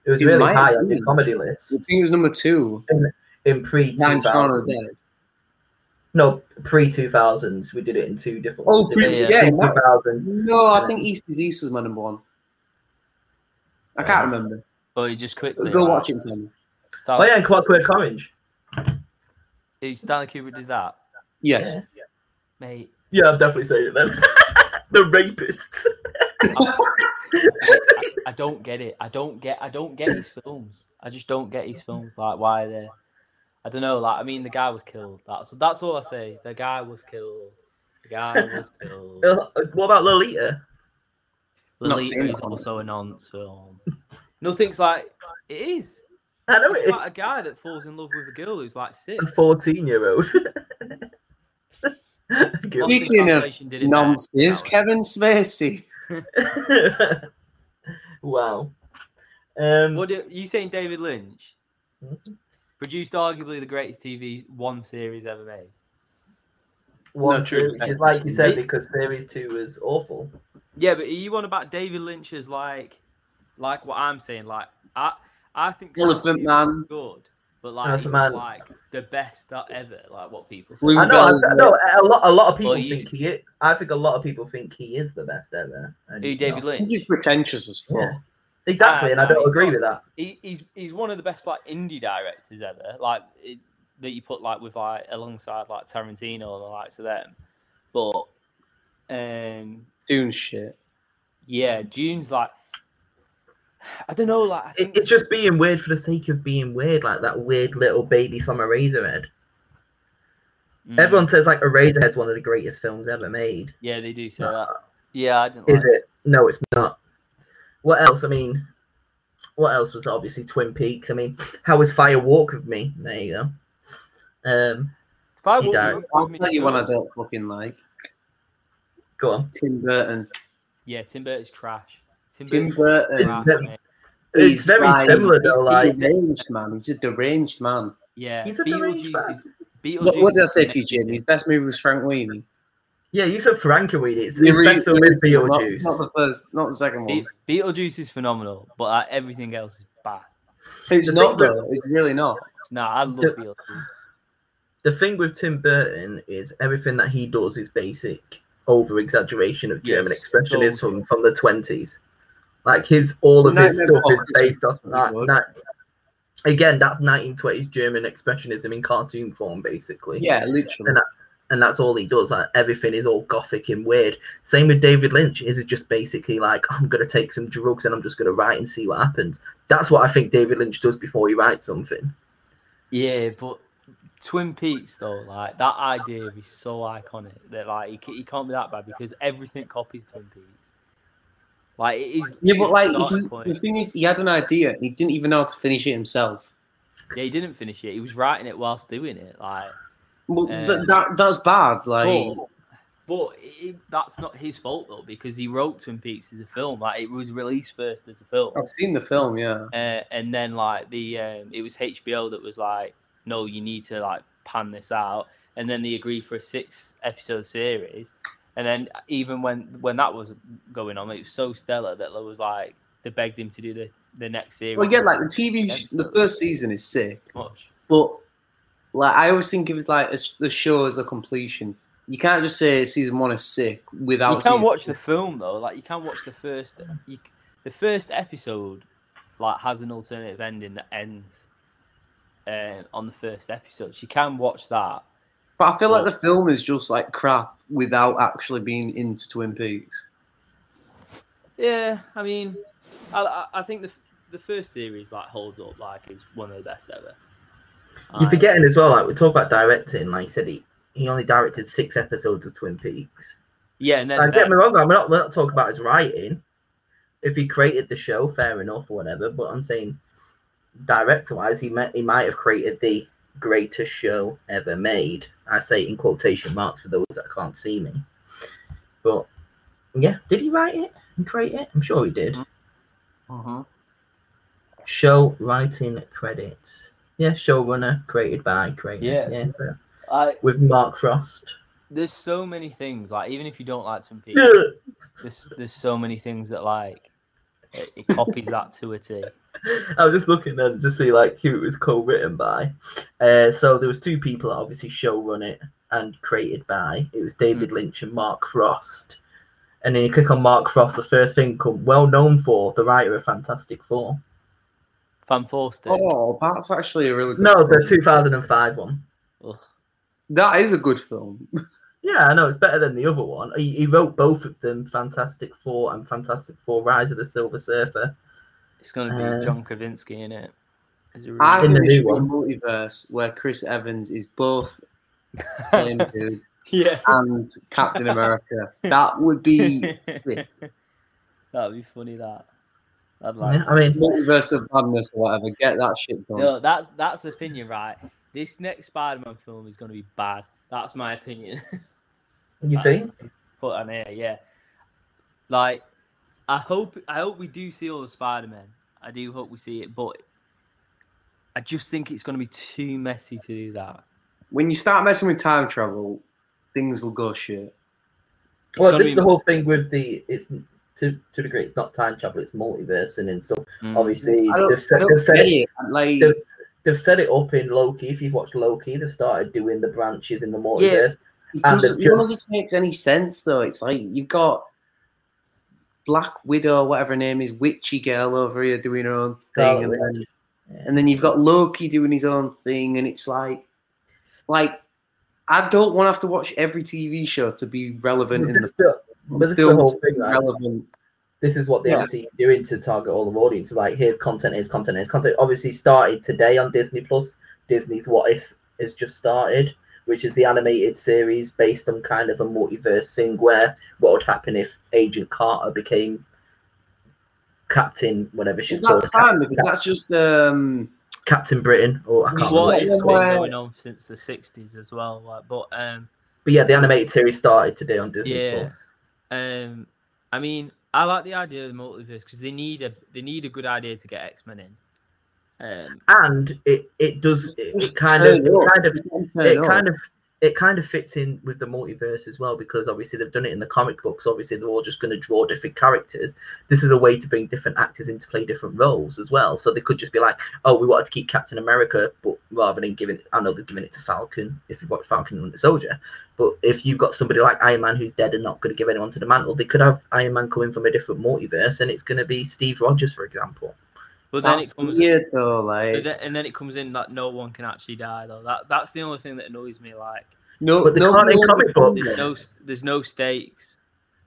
S1: It was
S3: In
S1: really
S3: my
S1: high on your
S3: opinion.
S1: comedy list
S3: I think it was number two.
S1: in pre
S3: Nine Shaun of the
S1: 2000.
S3: Dead.
S1: No, pre 2000s. We did it in two different.
S3: Oh,
S1: we did
S2: pre-
S1: it in
S3: yeah, that-
S1: 2000s.
S3: No, I think East is East was my number one. I can't remember.
S2: But you just quickly
S3: Go
S2: like,
S3: watch it and tell me.
S1: Oh
S2: Stanley,
S1: yeah, and Clockwork Orange.
S2: Who- Stanley Kubrick did that,
S3: Yes.
S1: Yeah.
S2: mate.
S1: Yeah, I'm definitely saying it then. the rapists.
S2: I don't get it. I don't get. I don't get his films. I just don't get his films. Like why they? I don't know. Like I mean, the guy was killed. That's that's all I say. The guy was killed. The guy was killed.
S1: Uh, What about Lolita?
S3: Not
S2: Lolita
S3: seen
S2: is
S3: that one.
S2: also a nonce film. Nothing's like it is.
S1: I know
S2: It's
S1: it is.
S2: about a guy that falls in love with a girl who's like six.
S1: A 14 year old.
S2: Obviously,
S3: Speaking of
S2: translation did it better.
S3: Nonsense.
S2: That
S3: Kevin Spacey.
S1: wow.
S2: was-
S1: Um,
S2: What do, you saying, David Lynch? Produced arguably the greatest TV one series ever made.
S1: one
S3: No, true,
S1: series,
S3: yeah,
S1: just like you said,
S2: absolutely.
S1: because series two was awful.
S2: Yeah, but are you on about David Lynch's like, like what I'm saying? Like I, I think
S3: Elephant
S2: Kubrick
S3: Man.
S2: was good, but like
S1: Elephant
S2: he's not,
S1: Man.
S2: like the best that ever. Like what people say.
S3: We-
S1: I know, I, I know. A lot, a lot of people
S2: Well, you-
S1: think he. Is, I think a lot of people think he is the best ever. and
S2: Who
S1: he's
S2: David
S1: not.
S2: Lynch?
S3: He's pretentious as fuck.
S1: Yeah. Exactly,
S2: Ah,
S1: and I
S2: no,
S1: don't
S2: he's
S1: agree
S2: not.
S1: with that.
S2: He, he's he's one of the best like indie directors ever. Like it, that you put like with like alongside like Tarantino and the likes of them. But um,
S3: Dune shit.
S2: Yeah, June's like I don't know, like I
S1: It,
S2: think
S1: it's just being weird for the sake of being weird, like that weird little baby from Eraserhead.
S2: Mm,
S1: Everyone says like Eraserhead's one of the greatest films ever made.
S2: Yeah, they do say
S1: Nah.
S2: that. Yeah, I didn't
S1: Is
S2: like it.
S1: it? No, it's not. What else? I mean, what else was obviously Twin Peaks? I mean, how was Fire Walk with Me? There you go. Um,
S2: If I
S1: You
S2: walked
S1: don't.
S2: around with
S3: I'll
S2: me
S3: tell you one I
S2: clothes-
S3: don't fucking like.
S1: go on.
S3: Tim Burton.
S2: Yeah, Tim Burton's trash. Tim,
S3: Tim
S2: Burton's
S3: Burton.
S2: crap,
S1: Burton.
S2: mate.
S1: It's very similar though. Like
S3: he's deranged man. He's a deranged man.
S2: Yeah,
S1: He's a deranged
S2: Beetlejuice. Is, Beetlejuice
S3: Look, what did I
S2: is
S3: say to you,
S2: amazing.
S3: Jamie? His best movie was Frank Weenie.
S1: yeah, you said Frankenweenie. It's
S3: The
S1: his
S3: re-
S1: best film is
S3: original, not-
S1: Beetlejuice.
S3: Not, the first, not the second one.
S2: Be- Beetlejuice is phenomenal, but like, everything else is bad.
S3: It's
S1: the
S3: not
S1: thing
S3: though. It's really not.
S2: Nah, I love
S1: The-
S2: Beetlejuice.
S1: The thing with Tim Burton is everything that he does is basic over exaggeration of German
S2: Yes,
S1: expressionism
S2: totally.
S1: from, from the twenties. Like his all of his
S3: Nightmare
S1: stuff
S3: Before
S1: is based
S3: Christmas
S1: off
S3: is
S1: that.
S3: good.
S1: that- again, that's nineteen twenties German expressionism in cartoon form, basically.
S3: Yeah, literally.
S1: And that- And that's all he does. Like everything is all gothic and weird. Same with David Lynch. Is just basically like I'm gonna take some drugs and I'm just gonna write and see what happens. That's what I think David Lynch does before he writes something.
S2: Yeah, but Twin Peaks though, like that idea is so iconic that like he, ca- he can't be that bad because everything copies Twin Peaks. Like it is.
S3: Yeah,
S2: it
S3: but
S2: is
S3: like
S2: the starting
S3: he-
S2: point.
S3: the thing is, he had an idea. He didn't even know how to finish it himself.
S2: yeah, he didn't finish it. He was writing it whilst doing it. Like,
S3: Well,
S2: Uh,
S3: th- that that's bad. Like,
S2: but, but it, that's not his fault though because he wrote Twin Peaks as a film. Like it was released first as a film.
S3: I've seen the film. Yeah,
S2: uh, and then like the um, it was HBO that was like, no, you need to like pan this out, and then they agreed for a six episode series, and then even when when that was going on, it was so stellar that there was like they begged him to do the the next series.
S3: well, yeah, like the TV, sh- the first season is sick,
S2: much.
S3: but like I always think it was like a s the show is a completion. You can't just say season one is sick without.
S2: You can
S3: season
S2: watch
S3: two.
S2: the film though, like you can watch the first you, c- the first episode, like has an alternative ending that ends. Um, on the first episode, so you can watch that,
S3: But I feel like the film is just like crap without actually being into Twin Peaks.
S2: Yeah, I mean, I- I, I think the the first series like holds up like is one of the best ever.
S1: You're
S2: I-
S1: forgetting as well, like we talk about directing, like you said, he, he only directed six episodes of Twin Peaks.
S2: yeah, and then
S1: And get
S2: Ben,
S1: me wrong, I'm not, we're not talking about his writing. If he created the show, fair enough, or whatever, but I'm saying director wise, he might, he might have created the greatest show ever made. I say it in quotation marks for those that can't see me. But yeah, did he write it and create it? I'm sure he did.
S2: Mm-hmm.
S1: Show writing credits. Yeah, showrunner created by created.
S2: Yeah.
S1: yeah fair.
S2: I,
S1: with Mark Frost.
S2: there's so many things like even if you don't like Twin Peaks,
S1: Yeah.
S2: there's there's so many things that like it, it copied that to a T.
S1: I was just looking then to see like who it was co-written by. Uh, so there was two people that obviously showrun it and created by. It was David Lynch and Mark Frost. And then you click on Mark Frost, the first thing come well known for the writer of Fantastic Four.
S2: Fan Forster.
S3: Oh, that's actually a really good
S1: No, the
S3: film.
S1: 2005 one.
S2: Ugh.
S3: that is a good film.
S1: Yeah, I know it's better than the other one. He, he wrote both of them, Fantastic Four and Fantastic Four: Rise of the Silver Surfer.
S2: It's gonna be
S1: Uh,
S2: John Krasinski in it. Is it
S3: I
S1: In
S3: think
S1: the
S3: there
S1: new
S3: should be a
S1: one.
S3: multiverse where Chris Evans is both Flame Dude
S2: yeah.
S3: and Captain America. That would be sick.
S2: That'd be funny. That. I'd like.
S1: Yeah,
S2: to
S1: I mean,
S3: multiverse of madness or whatever. Get that shit done.
S2: No, that's that's opinion, right? This next Spider-Man film is going to be bad. That's my opinion.
S1: you think?
S2: Put on here, yeah. Like, I hope I hope we do see all the Spider-Man. I do hope we see it, but I just think it's going to be too messy to do that.
S3: When you start messing with time travel, things will go shit.
S2: It's
S1: Well,
S2: gonna
S1: this
S2: be-
S1: is the whole thing with the it's to to a degree it's not time travel, it's multiverse, and then so
S2: Mm.
S1: obviously
S3: I don't,
S1: they've
S3: I
S1: set
S3: don't
S1: they've set
S3: get
S1: it,
S3: it. Like,
S1: they've, they've set it up in Loki. If you've watched Loki, they've started doing the branches in the multiverse.
S3: it
S1: and
S3: doesn't,
S1: they've
S3: none of
S1: just-
S3: this makes any sense though. It's like you've got Black Widow, whatever her name is, witchy girl over here doing her own thing, and
S1: Scarlet
S3: then
S1: Oh, Yeah.
S3: and then you've got Loki doing his own thing, and it's like, like I don't want to have to watch every TV show to be relevant in the.
S1: Still- But this is the
S3: films
S1: whole thing, right?
S3: relevant.
S1: This is what they
S3: Yeah.
S1: obviously doing to target all the audience. Like, here, content is content is content. Obviously, started today on Disney Plus. Disney's What If has just started, which is the animated series based on kind of a multiverse thing where what would happen if Agent Carter became Captain, whatever she's called,
S3: That's fine because that's just um,
S1: Cap- Captain Britain, or I can't
S3: He's
S2: What
S1: remember.
S3: not one
S2: if been
S3: where-
S2: going on since the sixties as well. Like, but um,
S1: But yeah, the animated series started today on Disney
S2: Yeah.
S1: Plus.
S2: um, I mean, I like the idea of the multiverse because they need a they need a good idea to get X Men in. Um,
S1: and it it does it,
S3: Just
S1: it kind of
S3: turn it up.
S1: kind of it
S3: kind
S1: kind of it kind of fits in with the multiverse as well because obviously they've done it in the comic books. Obviously they're all just going to draw different characters. This is a way to bring different actors in to play different roles as well. So they could just be like, oh, we wanted to keep Captain America, but rather than giving, I know they're giving it to Falcon if you watch Falcon and Winter Soldier. But if you've got somebody like Iron Man who's dead and not going to give anyone to the mantle, they could have Iron Man coming from a different multiverse, and it's going to be Steve Rogers, for example.
S2: but then
S3: that's
S2: it comes
S3: weird though.
S2: But
S3: Like
S2: then, and then it comes in that no one can actually die though. That that's the only thing that annoys me. Like
S3: no,
S1: But they
S3: Oh, no,
S1: can't in
S3: no-
S1: comic books.
S2: there's no there's no stakes.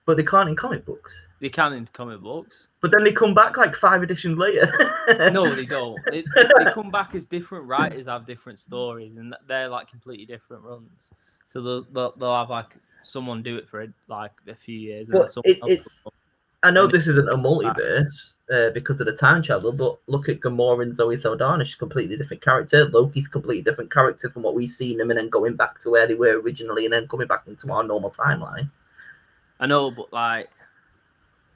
S1: But they can't in comic books.
S2: They can in comic books.
S1: But then they come back like five editions later.
S2: No, they don't. They, they come back as different writers have different stories, and th- they're like completely different runs. So they'll they'll, they'll have like someone do it for like a few years,
S1: But
S2: and then someone
S1: it-
S2: else
S1: it-
S2: will.
S1: I know
S2: and Ah.
S1: this isn't a multiverse uh, because of the time travel, but look at Gamora and Zoe Saldana. She's a completely different character. Loki's a completely different character from what we've seen them, and then going back to where they were originally, and then coming back into our normal timeline.
S2: I know, but like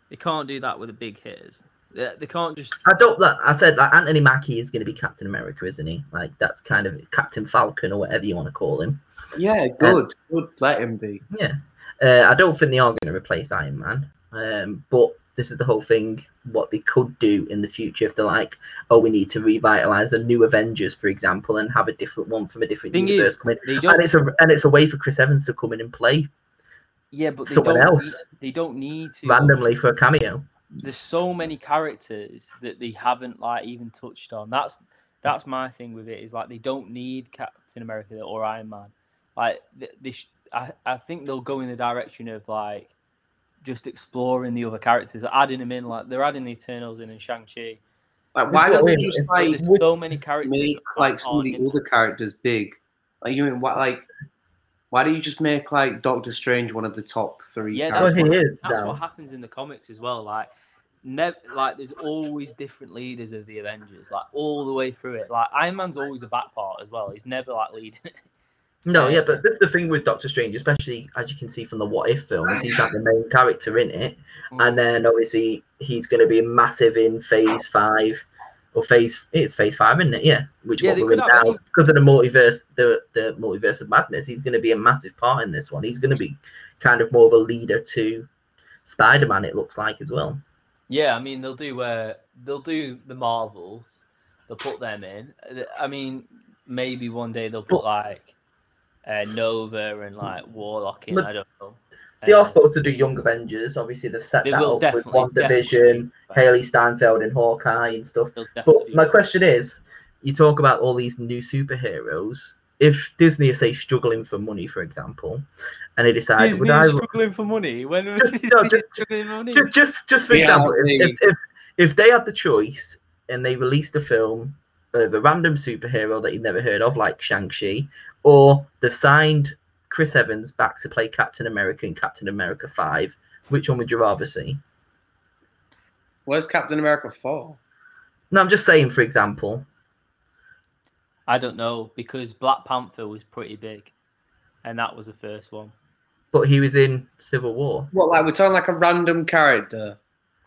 S2: they can't do that with the big hitters. They, they can't just
S1: I don't. Like, I said like Anthony Mackie is going to be Captain America, isn't he? Like that's kind of Captain Falcon or whatever you want to call him.
S3: yeah, good, good. Let him be.
S1: Yeah, uh, I don't think they are going to replace Iron Man. Um, but this is the whole thing. What they could do in the future, if they're like, oh, we need to revitalize a new Avengers, for example, and have a different one from a different
S2: Thing is,
S1: universe come in,
S2: they
S1: and
S2: don't.
S1: it's a and it's a way for Chris Evans to come in and play
S2: Yeah, but they
S1: someone
S2: don't,
S1: else.
S2: need- They don't need to
S1: randomly for a cameo.
S2: there's so many characters that they haven't like even touched on. That's that's my thing with it is like they don't need Captain America or Iron Man. Like th- they, sh- I, I think they'll go in the direction of like just exploring the other characters, adding them in. Like they're adding the Eternals in and Shang Chi.
S3: Like, why
S1: what
S3: don't they
S1: we-
S3: just
S1: it's
S2: Like,
S3: like
S2: there's so many characters.
S3: make
S2: that
S3: like some of
S2: aren't
S3: the
S2: in-
S3: other characters big? Like you mean what? Like why don't you just make like Doctor Strange one of the top three?
S2: Yeah,
S1: Well,
S2: that's
S3: characters?
S1: he
S2: what-
S1: is
S2: That's
S1: now.
S2: what happens in the comics as well. Like, never like there's always different leaders of the Avengers, like all the way through it. Like Iron Man's always a back part as well. He's never like leading.
S1: No,
S2: Yeah.
S1: yeah, but this is the thing with Doctor Strange, especially as you can see from the What If films, he's like the main character in it. and then obviously he's going to be massive in phase five or phase it's phase five isn't it yeah which
S2: Yeah,
S1: what
S2: they
S1: we're in
S2: could have
S1: now
S2: any-
S1: because of the multiverse the the multiverse of madness he's going to be a massive part in this one he's going to be kind of more of a leader to spider-man it looks like as well
S2: Yeah, I mean they'll do uh, they'll do the Marvels, they'll put them in. Uh, I mean maybe one day they'll put
S1: But-
S2: like uh, Nova and like Warlock in.
S1: But
S2: I don't know.
S1: they
S2: Uh,
S1: are supposed to do young avengers obviously they've set
S2: they
S1: that
S2: will
S1: up with
S2: definitely
S1: one division haley steinfeld and hawkeye and stuff But my question is, you talk about all these new superheroes. If Disney is say struggling for money, for example, and they decide
S2: Disney
S1: would I
S2: struggling for money. When was
S1: Just-
S2: Disney
S1: no, just-
S2: struggling for money?
S1: just just, just for
S3: Yeah,
S1: example, if,
S3: they-
S1: if, if if they had the choice and they released a film of a random superhero that you've never heard of, like Shang Chi, or they've signed Chris Evans back to play Captain America in Captain America Five, which one would you rather see?
S3: Where's Captain America for?
S1: No, I'm just saying, for example,
S2: I don't know because Black Panther was pretty big, and that was the first one.
S1: but he was in Civil War.
S3: What like we're talking like a random character?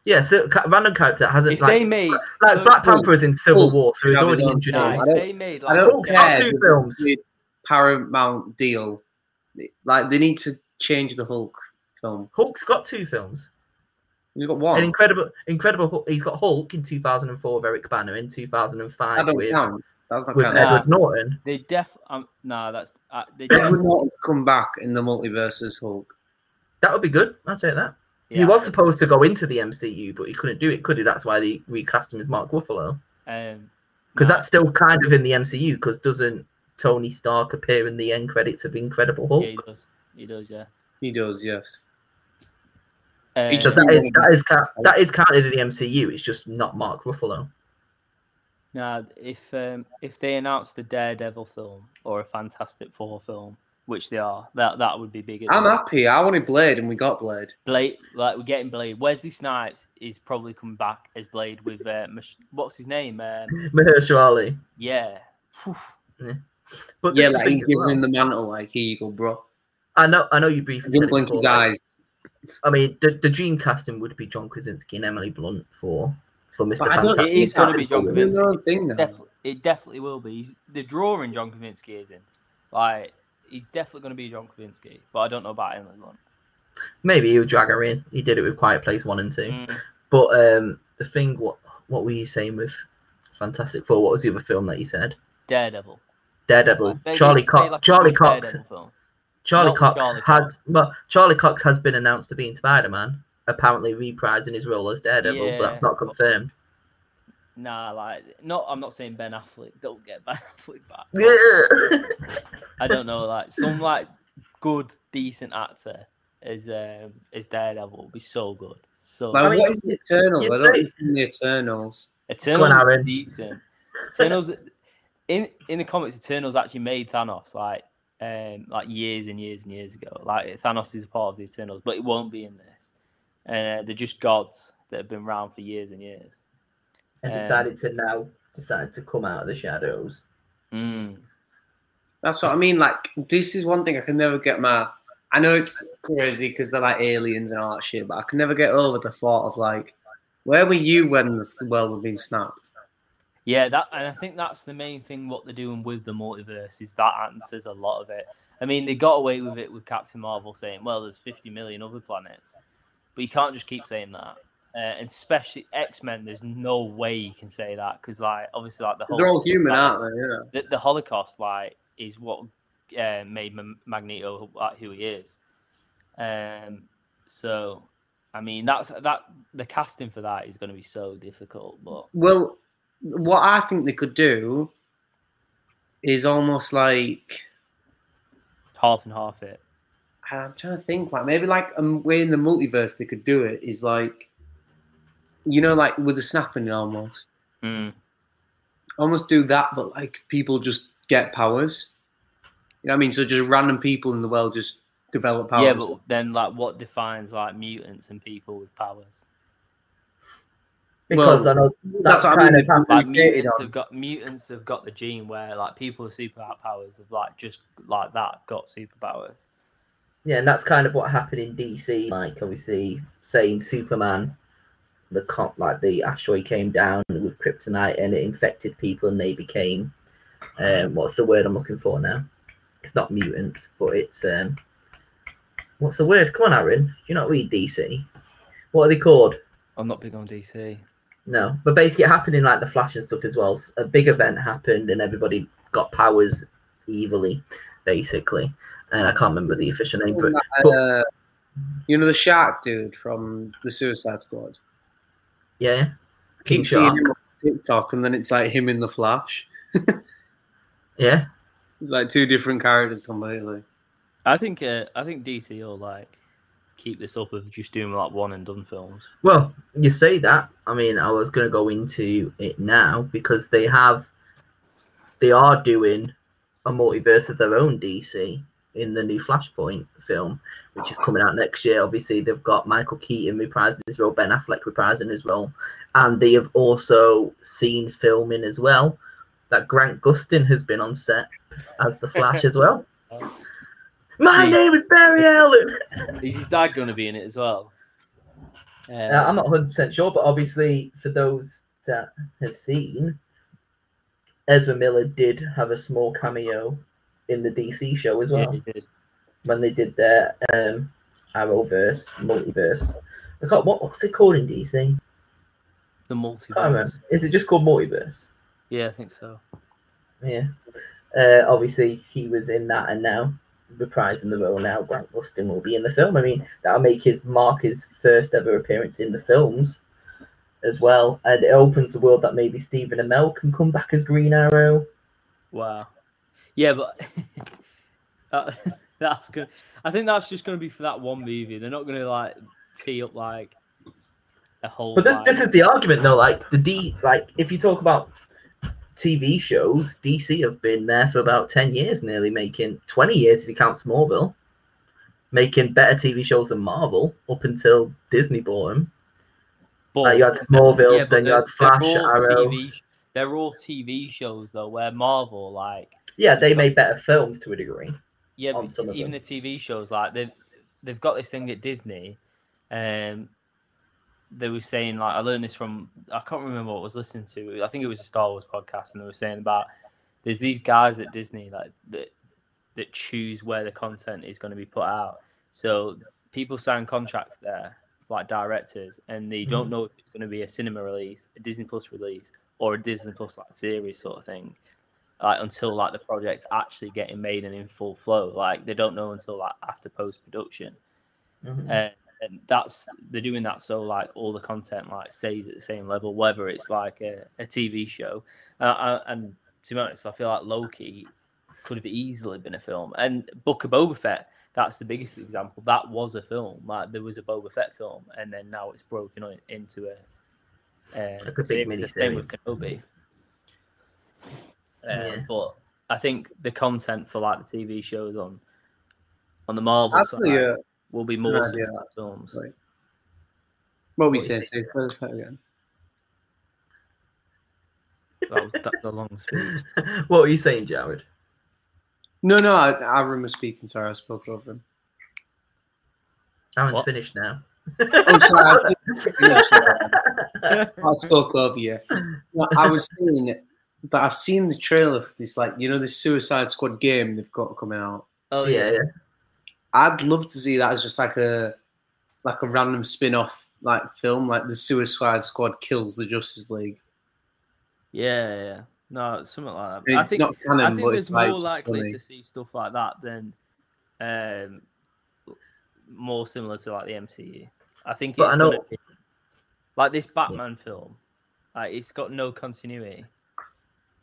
S1: Yeah, so ca- random character that hasn't
S2: If
S1: like
S2: they made
S1: Like
S2: so-
S1: Black Panther is in Civil
S3: Hulk
S1: War, so he's
S3: should have
S1: already
S3: his own
S2: Nah,
S1: introduced.
S3: I
S2: if
S3: don't-
S2: they made
S3: I
S2: like
S3: don't
S1: Hulk's got
S3: care.
S1: two films.
S3: With Paramount deal, like they need to change the Hulk film.
S1: Hulk's got two films.
S3: You got
S1: An
S3: one.
S1: incredible, incredible. Hulk- He's got Hulk in 2004 with Eric Banner in 2005
S3: That don't
S1: with,
S3: count. That's not
S1: with
S3: count.
S2: Nah.
S1: Edward Norton.
S2: they def um, nah that's uh, they def-
S3: Edward Norton come back in the multiverses Hulk.
S1: That would be good. I'll take that.
S2: yeah,
S1: he was
S2: I-
S1: supposed to go into the MCU, but he couldn't do it, could he? That's why they recast him as Mark Ruffalo.
S2: um
S1: Because
S2: nah.
S1: that's still kind of in the MCU, because doesn't Tony Stark appear in the end credits of Incredible Hulk?
S2: Yeah, he does. He does, yeah.
S3: He does, yes.
S2: Um,
S3: He
S1: So
S3: just-
S1: that is that is count, that is counted in the MCU. It's just not Mark Ruffalo.
S2: Now, if um, if they announced the Daredevil film or a Fantastic Four film, which they are, that that would be big.
S3: I'm happy. I wanted Blade, and we got Blade.
S2: Blade, like we're getting Blade. Wesley Snipes is probably coming back as Blade with uh, Mich- what's his name? Um,
S1: Mahershala Ali.
S2: yeah, Phew.
S1: But this
S3: yeah,
S1: is the
S3: like he
S1: thing as
S3: gives
S1: well.
S3: him the mantle. Like here you go, bro.
S1: I know. I know you briefly.
S3: He
S1: said
S3: didn't
S1: it
S3: blink
S1: before,
S3: his
S1: but-
S3: eyes.
S1: I mean, the, the dream casting would be John Krasinski and Emily Blunt for for Mr.
S3: But I don't-
S1: Fantastic.
S2: it is going to be John
S3: We're doing
S2: Krasinski.
S3: our own thing now.
S2: Definitely, it definitely will be. He's, the drawing John Krasinski is in, like he's definitely going to be John Krasinski. But I don't know about Emily Blunt.
S1: Maybe he'll drag her in. He did it with Quiet Place One and Two.
S2: Mm.
S1: But um, the thing, what what were you saying with Fantastic Four? What was the other film that you said?
S2: Daredevil.
S1: Daredevil.
S2: Like, they
S1: Charlie
S2: need to make,
S1: Cox.
S2: like, a
S1: Charlie
S2: good
S1: Cox.
S2: Daredevil film.
S1: Charlie
S2: Not with
S1: Cox
S2: Charlie
S1: has well, Charlie Cox has been announced to be in Spider Man, apparently reprising his role as Daredevil, but that's
S2: Yeah.
S1: not confirmed.
S2: Nah, like not. I'm not saying Ben Affleck. Don't get Ben Affleck back.
S1: Yeah.
S2: I don't know, like some like good, decent actor as um as Daredevil will be so good. So
S3: Like,
S1: I mean,
S3: what is the
S1: it's- it's
S3: Eternals? I don't
S1: great.
S3: understand the Eternals.
S2: Eternals
S1: Come on,
S2: is
S1: Aaron.
S2: decent. Eternals in in the comics, Eternals actually made Thanos like um like years and years and years ago. Like Thanos is a part of the Eternals, but it won't be in this. Uh, they're just gods that have been around for years and years.
S1: and
S2: Um,
S1: decided to now decided to come out of the shadows.
S2: Mm.
S3: That's what I mean. Like, this is one thing I can never get my. I know it's crazy because they're like aliens and all that shit, but I can never get over the thought of like, where were you when the world had been snapped?
S2: Yeah, that and I think that's the main thing what they're doing with the multiverse is that answers a lot of it. I mean, they got away with it with Captain Marvel saying, "Well, there's 50 million other planets," but you can't just keep saying that. Uh, and especially X Men, there's no way you can say that because, like, obviously, like the whole
S3: They're all
S2: stuff
S3: human,
S2: that-
S3: aren't they? Yeah.
S2: the, the Holocaust, like, is what uh, made M- Magneto like, who he is. Um, so, I mean, that's that. The casting for that is going to be so difficult, but
S3: Well, what I think they could do is almost like
S2: half and half it.
S3: I'm trying to think like maybe like a way in the multiverse they could do it is like, you know, like with the snapping almost,
S2: Mm.
S3: almost do that, but like people just get powers. You know what I mean? So just random people in the world just develop powers.
S2: Yeah, but then like what defines like mutants and people with powers?
S1: Because I know
S3: that's
S1: that's,
S3: what I
S1: kind
S3: mean,
S1: of
S3: like,
S2: Like
S1: happened.
S3: created
S2: mutants
S3: on-
S2: have got mutants have got the gene where like people with superpowers have like just like that got superpowers.
S1: Yeah, and that's kind of what happened in DC. Like obviously saying Superman, the cop, like the asteroid came down with kryptonite and it infected people and they became, um, what's the word I'm looking for now? It's not mutants, but it's um, what's the word? Come on, Aaron, you not read DC. What are they called?
S2: I'm not big on DC.
S1: No, but basically it happened in like the Flash and stuff as well. S- A big event happened and everybody got powers evilly, basically. And I can't remember the official name, but
S3: Uh, you know the shark dude from the Suicide Squad.
S1: yeah,
S3: I keep
S1: King
S3: seeing
S1: Shark.
S3: him on TikTok, and then it's like him in the Flash.
S1: yeah.
S3: It's like two different characters completely.
S2: I think uh, I think DC will like keep this up of just doing like one and done films.
S1: Well, you say that. I mean, I was gonna go into it now because they have, they are doing a multiverse of their own DC in the new Flashpoint film, which is coming out next year. Obviously, they've got Michael Keaton reprising his role, Ben Affleck reprising his role, and they have also seen filming as well that Grant Gustin has been on set as the Flash as well. My
S2: Gee.
S1: name is Barry Allen.
S2: Is his dad going to be in it as well? Uh,
S1: Uh, I'm not 100% sure, but obviously, for those that have seen, Ezra Miller did have a small cameo in the DC show as
S2: yeah,
S1: well
S2: he did.
S1: when they did their um, Arrowverse, Multiverse. I can't, what, what's it called in DC?
S2: The
S1: I can't remember.
S2: multiverse.
S1: Is it just called Multiverse?
S2: Yeah, I think so.
S1: Yeah. Uh, obviously, he was in that and now reprising the role now. Grant Gustin will be in the film. I mean, that'll make his mark his first ever appearance in the films as well. And it opens the world that maybe Stephen Amell can come back as Green Arrow.
S2: Wow. Yeah, but that, that's good. I think that's just going to be for that one movie. They're not going to like tee up like a whole.
S1: But this,
S2: like,
S1: this is the argument though. Like the D, like if you talk about TV shows, DC have been there for about ten years, nearly making twenty years if you count Smallville, making better TV shows than Marvel up until Disney bought them.
S2: but-
S1: Like you had Smallville,
S2: Yeah, but
S1: then you
S2: they're-
S1: had Flash,
S2: they're all
S1: Arrow.
S2: TV, they're all TV shows though, where Marvel like
S1: Yeah, they made better films to a degree.
S2: yeah,
S1: on
S2: but
S1: some of
S2: even
S1: them.
S2: the TV shows like they've they've got this thing at Disney. Um, they were saying like I learned this from I can't remember what I was listening to. I think it was a Star Wars podcast, and they were saying about there's these guys at Disney like that that choose where the content is going to be put out. So people sign contracts there, like directors, and they don't know if it's going to be a cinema release, a Disney Plus release, or a Disney Plus like series sort of thing. Like until like the project's actually getting made and in full flow, like they don't know until like after post production,
S1: Mhm.
S2: and, and that's they're doing that so like all the content like stays at the same level, whether it's like a, a TV show. Uh, uh, and to be honest, I feel like Loki could have easily been a film, and Book of Boba Fett that's the biggest example. That was a film. Like there was a Boba Fett film, and then now it's broken on, into a. Um,
S1: Like a big
S2: series. The same with
S1: miniseries.
S2: Kenobi. Um,
S1: Yeah.
S2: But I think the content for like the TV shows on on the Marvel
S3: Actually,
S2: side
S3: uh,
S2: will be
S3: no
S2: more
S3: idea.
S2: suited to films.
S3: Right. what we
S2: What do
S3: say,
S2: you
S3: say what is that again?
S2: That was that's a long speech.
S1: what were you saying, Jared?
S3: No, no, I, Aaron was speaking. Sorry, I spoke over him.
S1: Aaron's
S2: What?
S1: finished now.
S3: Oh, sorry, I, no, sorry. I spoke over you. No, I was saying that I've seen the trailer for this, like you know, this Suicide Squad game they've got coming out.
S2: Oh
S1: yeah, yeah.
S3: I'd love to see that as just like a like a random spin-off like film, like the Suicide Squad kills the Justice League.
S2: Yeah, yeah, yeah. No, it's something like that.
S3: And
S2: I
S3: it's
S2: think,
S3: not canon,
S2: I think
S3: but
S2: there's
S3: it's like
S2: more likely
S3: funny.
S2: to see stuff like that than um, more similar to like the MCU. I think
S1: But I
S2: it's
S1: know-
S2: gonna be, like this Batman film, like it's got no continuity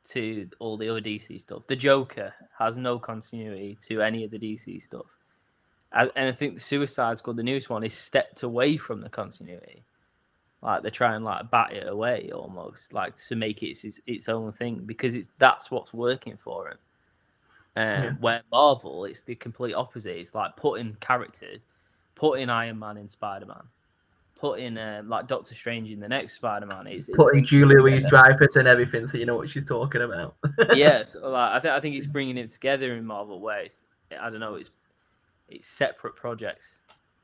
S2: to all the other DC stuff. The Joker has no continuity to any of the DC stuff. And and I think the Suicide Squad, the newest one, is stepped away from the continuity. Like they're trying like bat it away almost, like to make it its, its own thing because it's that's what's working for him. Um,
S1: Yeah.
S2: Where Marvel, it's the complete opposite. It's like putting characters, putting Iron Man in Spider Man, putting uh, like Doctor Strange in the next Spider Man. It's, it's
S1: Putting
S2: bringing
S1: Julia
S2: them
S1: Louise
S2: together
S1: Dreyfus and everything, so you know what she's talking about.
S2: yes, like, I think I think it's bringing it together in Marvel where it's I don't know it's it's separate projects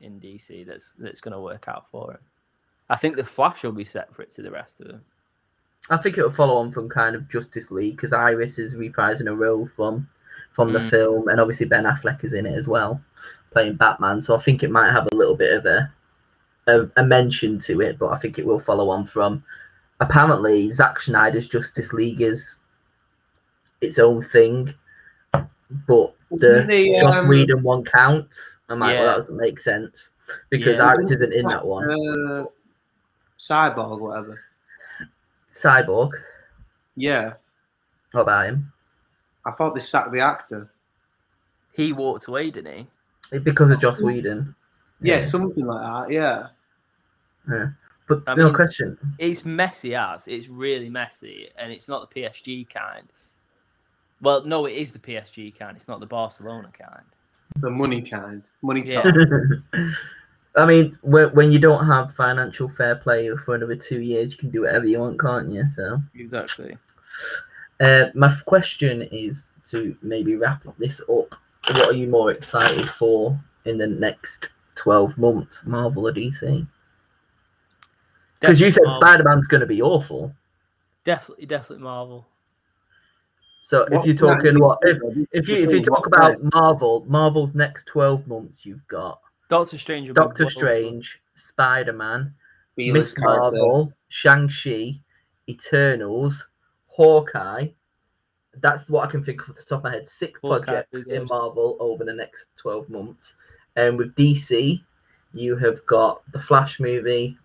S2: in DC that's that's going to work out for it. I think the Flash will be separate to the rest of them.
S1: I think it'll follow on from kind of Justice League because Iris is reprising a role from from the
S2: Mm.
S1: film, and obviously Ben Affleck is in it as well, playing Batman. So I think it might have a little bit of a a, a mention to it, but I think it will follow on from. Apparently, Zack Snyder's Justice League is its own thing, but the
S3: They,
S1: Joss
S3: um,
S1: Whedon one counts. I'm like,
S2: Yeah.
S1: well, that doesn't make sense because
S2: Yeah.
S1: Iris isn't in that one.
S3: Uh, Cyborg, whatever.
S1: Cyborg,
S3: Yeah,
S1: what about him?
S3: I thought they sacked the actor.
S2: He walked away, didn't he?
S1: Because of Joss Whedon.
S3: Yeah, something like that. Yeah,
S1: But
S2: I
S1: no
S2: mean-
S1: question.
S2: It's messy as it's really messy, and it's not the PSG kind. Well, no, it is the PSG kind. It's not the Barcelona kind.
S3: the money kind, money
S2: Yeah.
S3: talk.
S1: I mean, when, when you don't have financial fair play for another two years, you can do whatever you want, can't you? So,
S2: Exactly.
S1: uh, my f- question is to maybe wrap this up. What are you more excited for in the next 12 months, Marvel or DC? Because you said Spider Man's going to be awful.
S2: definitely, definitely Marvel.
S1: So, if
S3: What's
S1: you're
S3: the
S1: talking
S3: next
S1: what, if,
S3: thing?
S1: if you
S3: What's
S1: if
S3: the
S1: you
S3: thing?
S1: talk
S3: What's
S1: about Marvel, Marvel's next 12 months, you've got
S2: Doctor Strange. will be
S1: Doctor
S2: well-
S1: Strange, Spider Man,
S3: the
S1: Miss
S3: B-list character?
S1: Marvel, Shang-Chi, Eternals, Hawkeye. That's what I can think of off the top of my head. Six
S2: Hawkeye,
S1: projects
S2: Wizard.
S1: in Marvel over the next 12 months. And with DC, you have got the Flash movie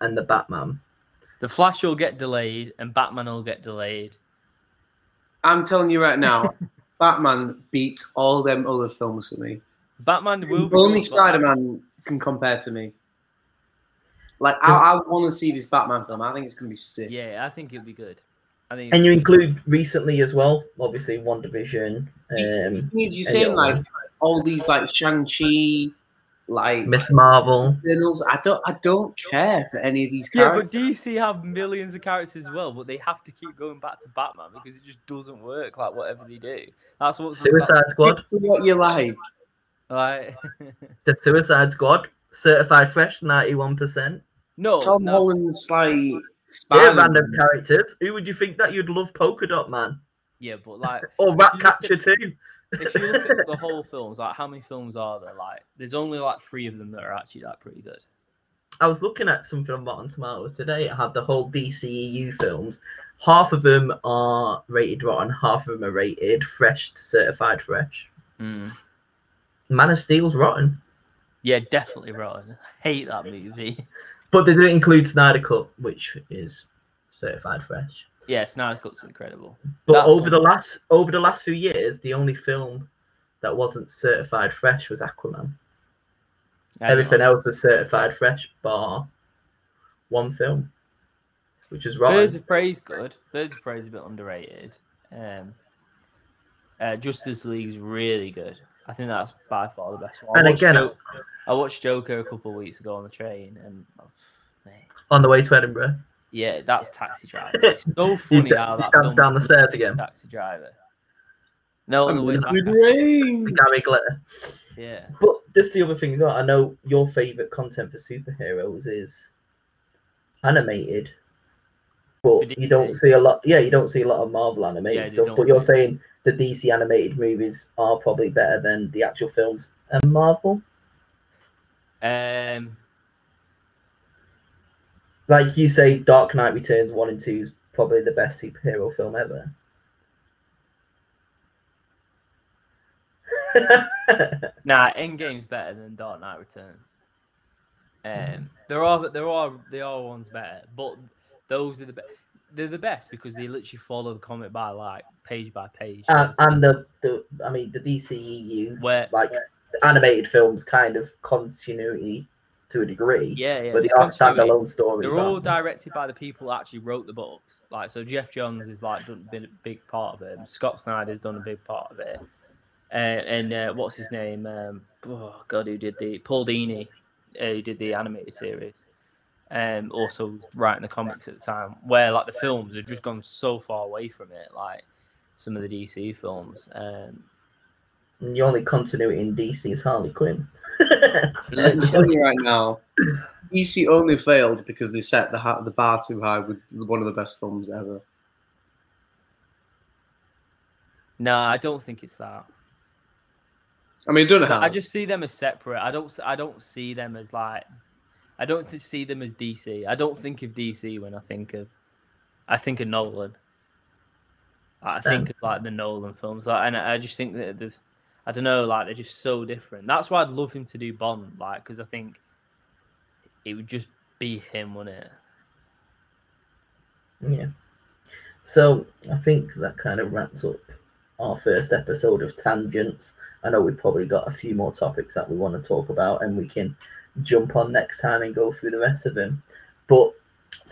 S1: and the Batman.
S2: The Flash will get delayed, and Batman will get delayed.
S3: I'm telling you right now, Batman beats all them other films for me.
S2: Batman will be
S3: Only
S2: good, but-
S3: Spider Man can compare to me. Like I, I want to see this Batman film. I think it's gonna be sick.
S2: Yeah, I think it'll be good. I think
S1: And you include recently as well, obviously One Division, um,
S3: Because you're
S1: Yeah,
S3: saying
S1: yeah.
S3: like all these like Shang Chi, like
S1: Miss Marvel.
S3: Eternals. I don't I don't care for any of these
S2: yeah, but
S3: characters.
S2: DC have millions of characters as well, but they have to keep going back to Batman because it just doesn't work. Like whatever they do, that's what's
S1: Suicide Squad.
S3: Stick to what you like.
S2: Like
S1: The Suicide Squad. Certified Fresh, ninety-one percent.
S2: no,
S3: Tom
S2: Oh, that's-
S3: Holland's like
S1: Yeah,
S3: Spider-Man.
S1: random characters. Who would you think that you'd love Polka Dot Man
S2: yeah, but like
S1: or Ratcatcher too?
S2: if you look at the whole films, like how many films are there? Like there's only like three of them that are actually like pretty good.
S1: I was looking at something on Rotten Tomatoes today. It had the whole DCEU films. Half of them are rated rotten, half of them are rated fresh to certified fresh. Man of Steel's rotten.
S2: Yeah, definitely rotten. Hate that movie.
S1: But they didn't include Snyder Cut, which is certified fresh.
S2: Yeah, Snyder Cut's incredible.
S1: But
S2: That
S1: over
S2: film-
S1: the last over the last few years, the only film that wasn't certified fresh was Aquaman.
S2: I don't
S1: Everything
S2: know.
S1: else was certified fresh, bar one film, which is
S2: Birds
S1: rotten.
S2: of Prey's good. Birds of Prey's a bit underrated. Um, uh, Justice League's really good. I think that's by far the best one. I
S1: And
S2: watched
S1: again,
S2: Jo- I watched Joker a couple of weeks ago on the train, and oh, mate.
S1: On the way to Edinburgh,
S2: yeah, that's Taxi Driver. It's
S1: he,
S2: so funny
S1: d-
S2: how
S1: he
S2: that
S1: comes
S2: film
S1: down the stairs again.
S2: Taxi Driver. No, on the way back.
S3: Good range.
S1: Gary Glitter.
S2: Yeah,
S1: But just the other things are, I know your favorite content for superheroes is animated,
S2: For
S1: but you don't
S2: DC.
S1: see a lot. Yeah, you don't see a lot of Marvel animated
S2: Yeah, they
S1: stuff.
S2: don't
S1: But you're
S2: really.
S1: saying the DC animated movies are probably better than the actual films and Marvel.
S2: um,
S1: Like you say, Dark Knight Returns one and two is probably the best superhero film ever.
S2: nah, Endgame's better than Dark Knight Returns. Um, there are there are there are ones better, but those are the best. They're the best because they literally follow the comic by like page by page.
S1: and,
S2: so
S1: and the, the I mean the DCEU
S2: where
S1: like the animated films kind of continuity to a degree,
S2: yeah, yeah,
S1: but they
S2: it's
S1: aren't
S2: continuity.
S1: standalone stories.
S2: They're all
S1: aren't they?
S2: directed by the people that actually wrote the books. Like, so Jeff Johns is like done been a big part of it. and Scott Snyder's done a big part of it. Uh, and uh, what's his name? Um, oh God, who did the Paul Dini? Uh, who did the animated series? Um, also was writing the comics at the time, where like the films had just gone so far away from it. Like some of the DC films. Um,
S1: And the only continuity in DC is Harley Quinn.
S3: I'm telling you right now, DC only failed because they set the ha- the bar too high with one of the best films ever.
S2: no, I don't think it's that.
S3: I mean, I don't know how.
S2: I just see them as separate. I don't. s- I don't see them as like. I don't th- see them as DC. I don't think of DC when I think of. I think of Nolan. I think of like the Nolan films, like, and I I just think that the. I don't know, like they're just so different. That's why I'd love him to do Bond, like because I think. It would just be him, wouldn't it?
S1: yeah. So I think that kind of wraps up our first episode of Tangents. I know we've probably got a few more topics that we want to talk about, and we can jump on next time and go through the rest of them. But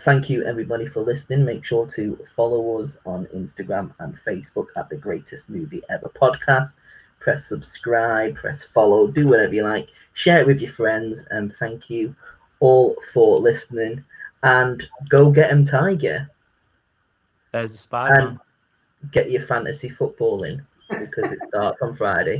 S1: thank you everybody for listening. Make sure to follow us on Instagram and Facebook at the Greatest Movie Ever Podcast. Press subscribe, press follow, do whatever you like. Share it with your friends, and thank you all for listening. And go get 'em, Tiger
S2: There's the Spider Man.
S1: get your fantasy football in because it starts on Friday.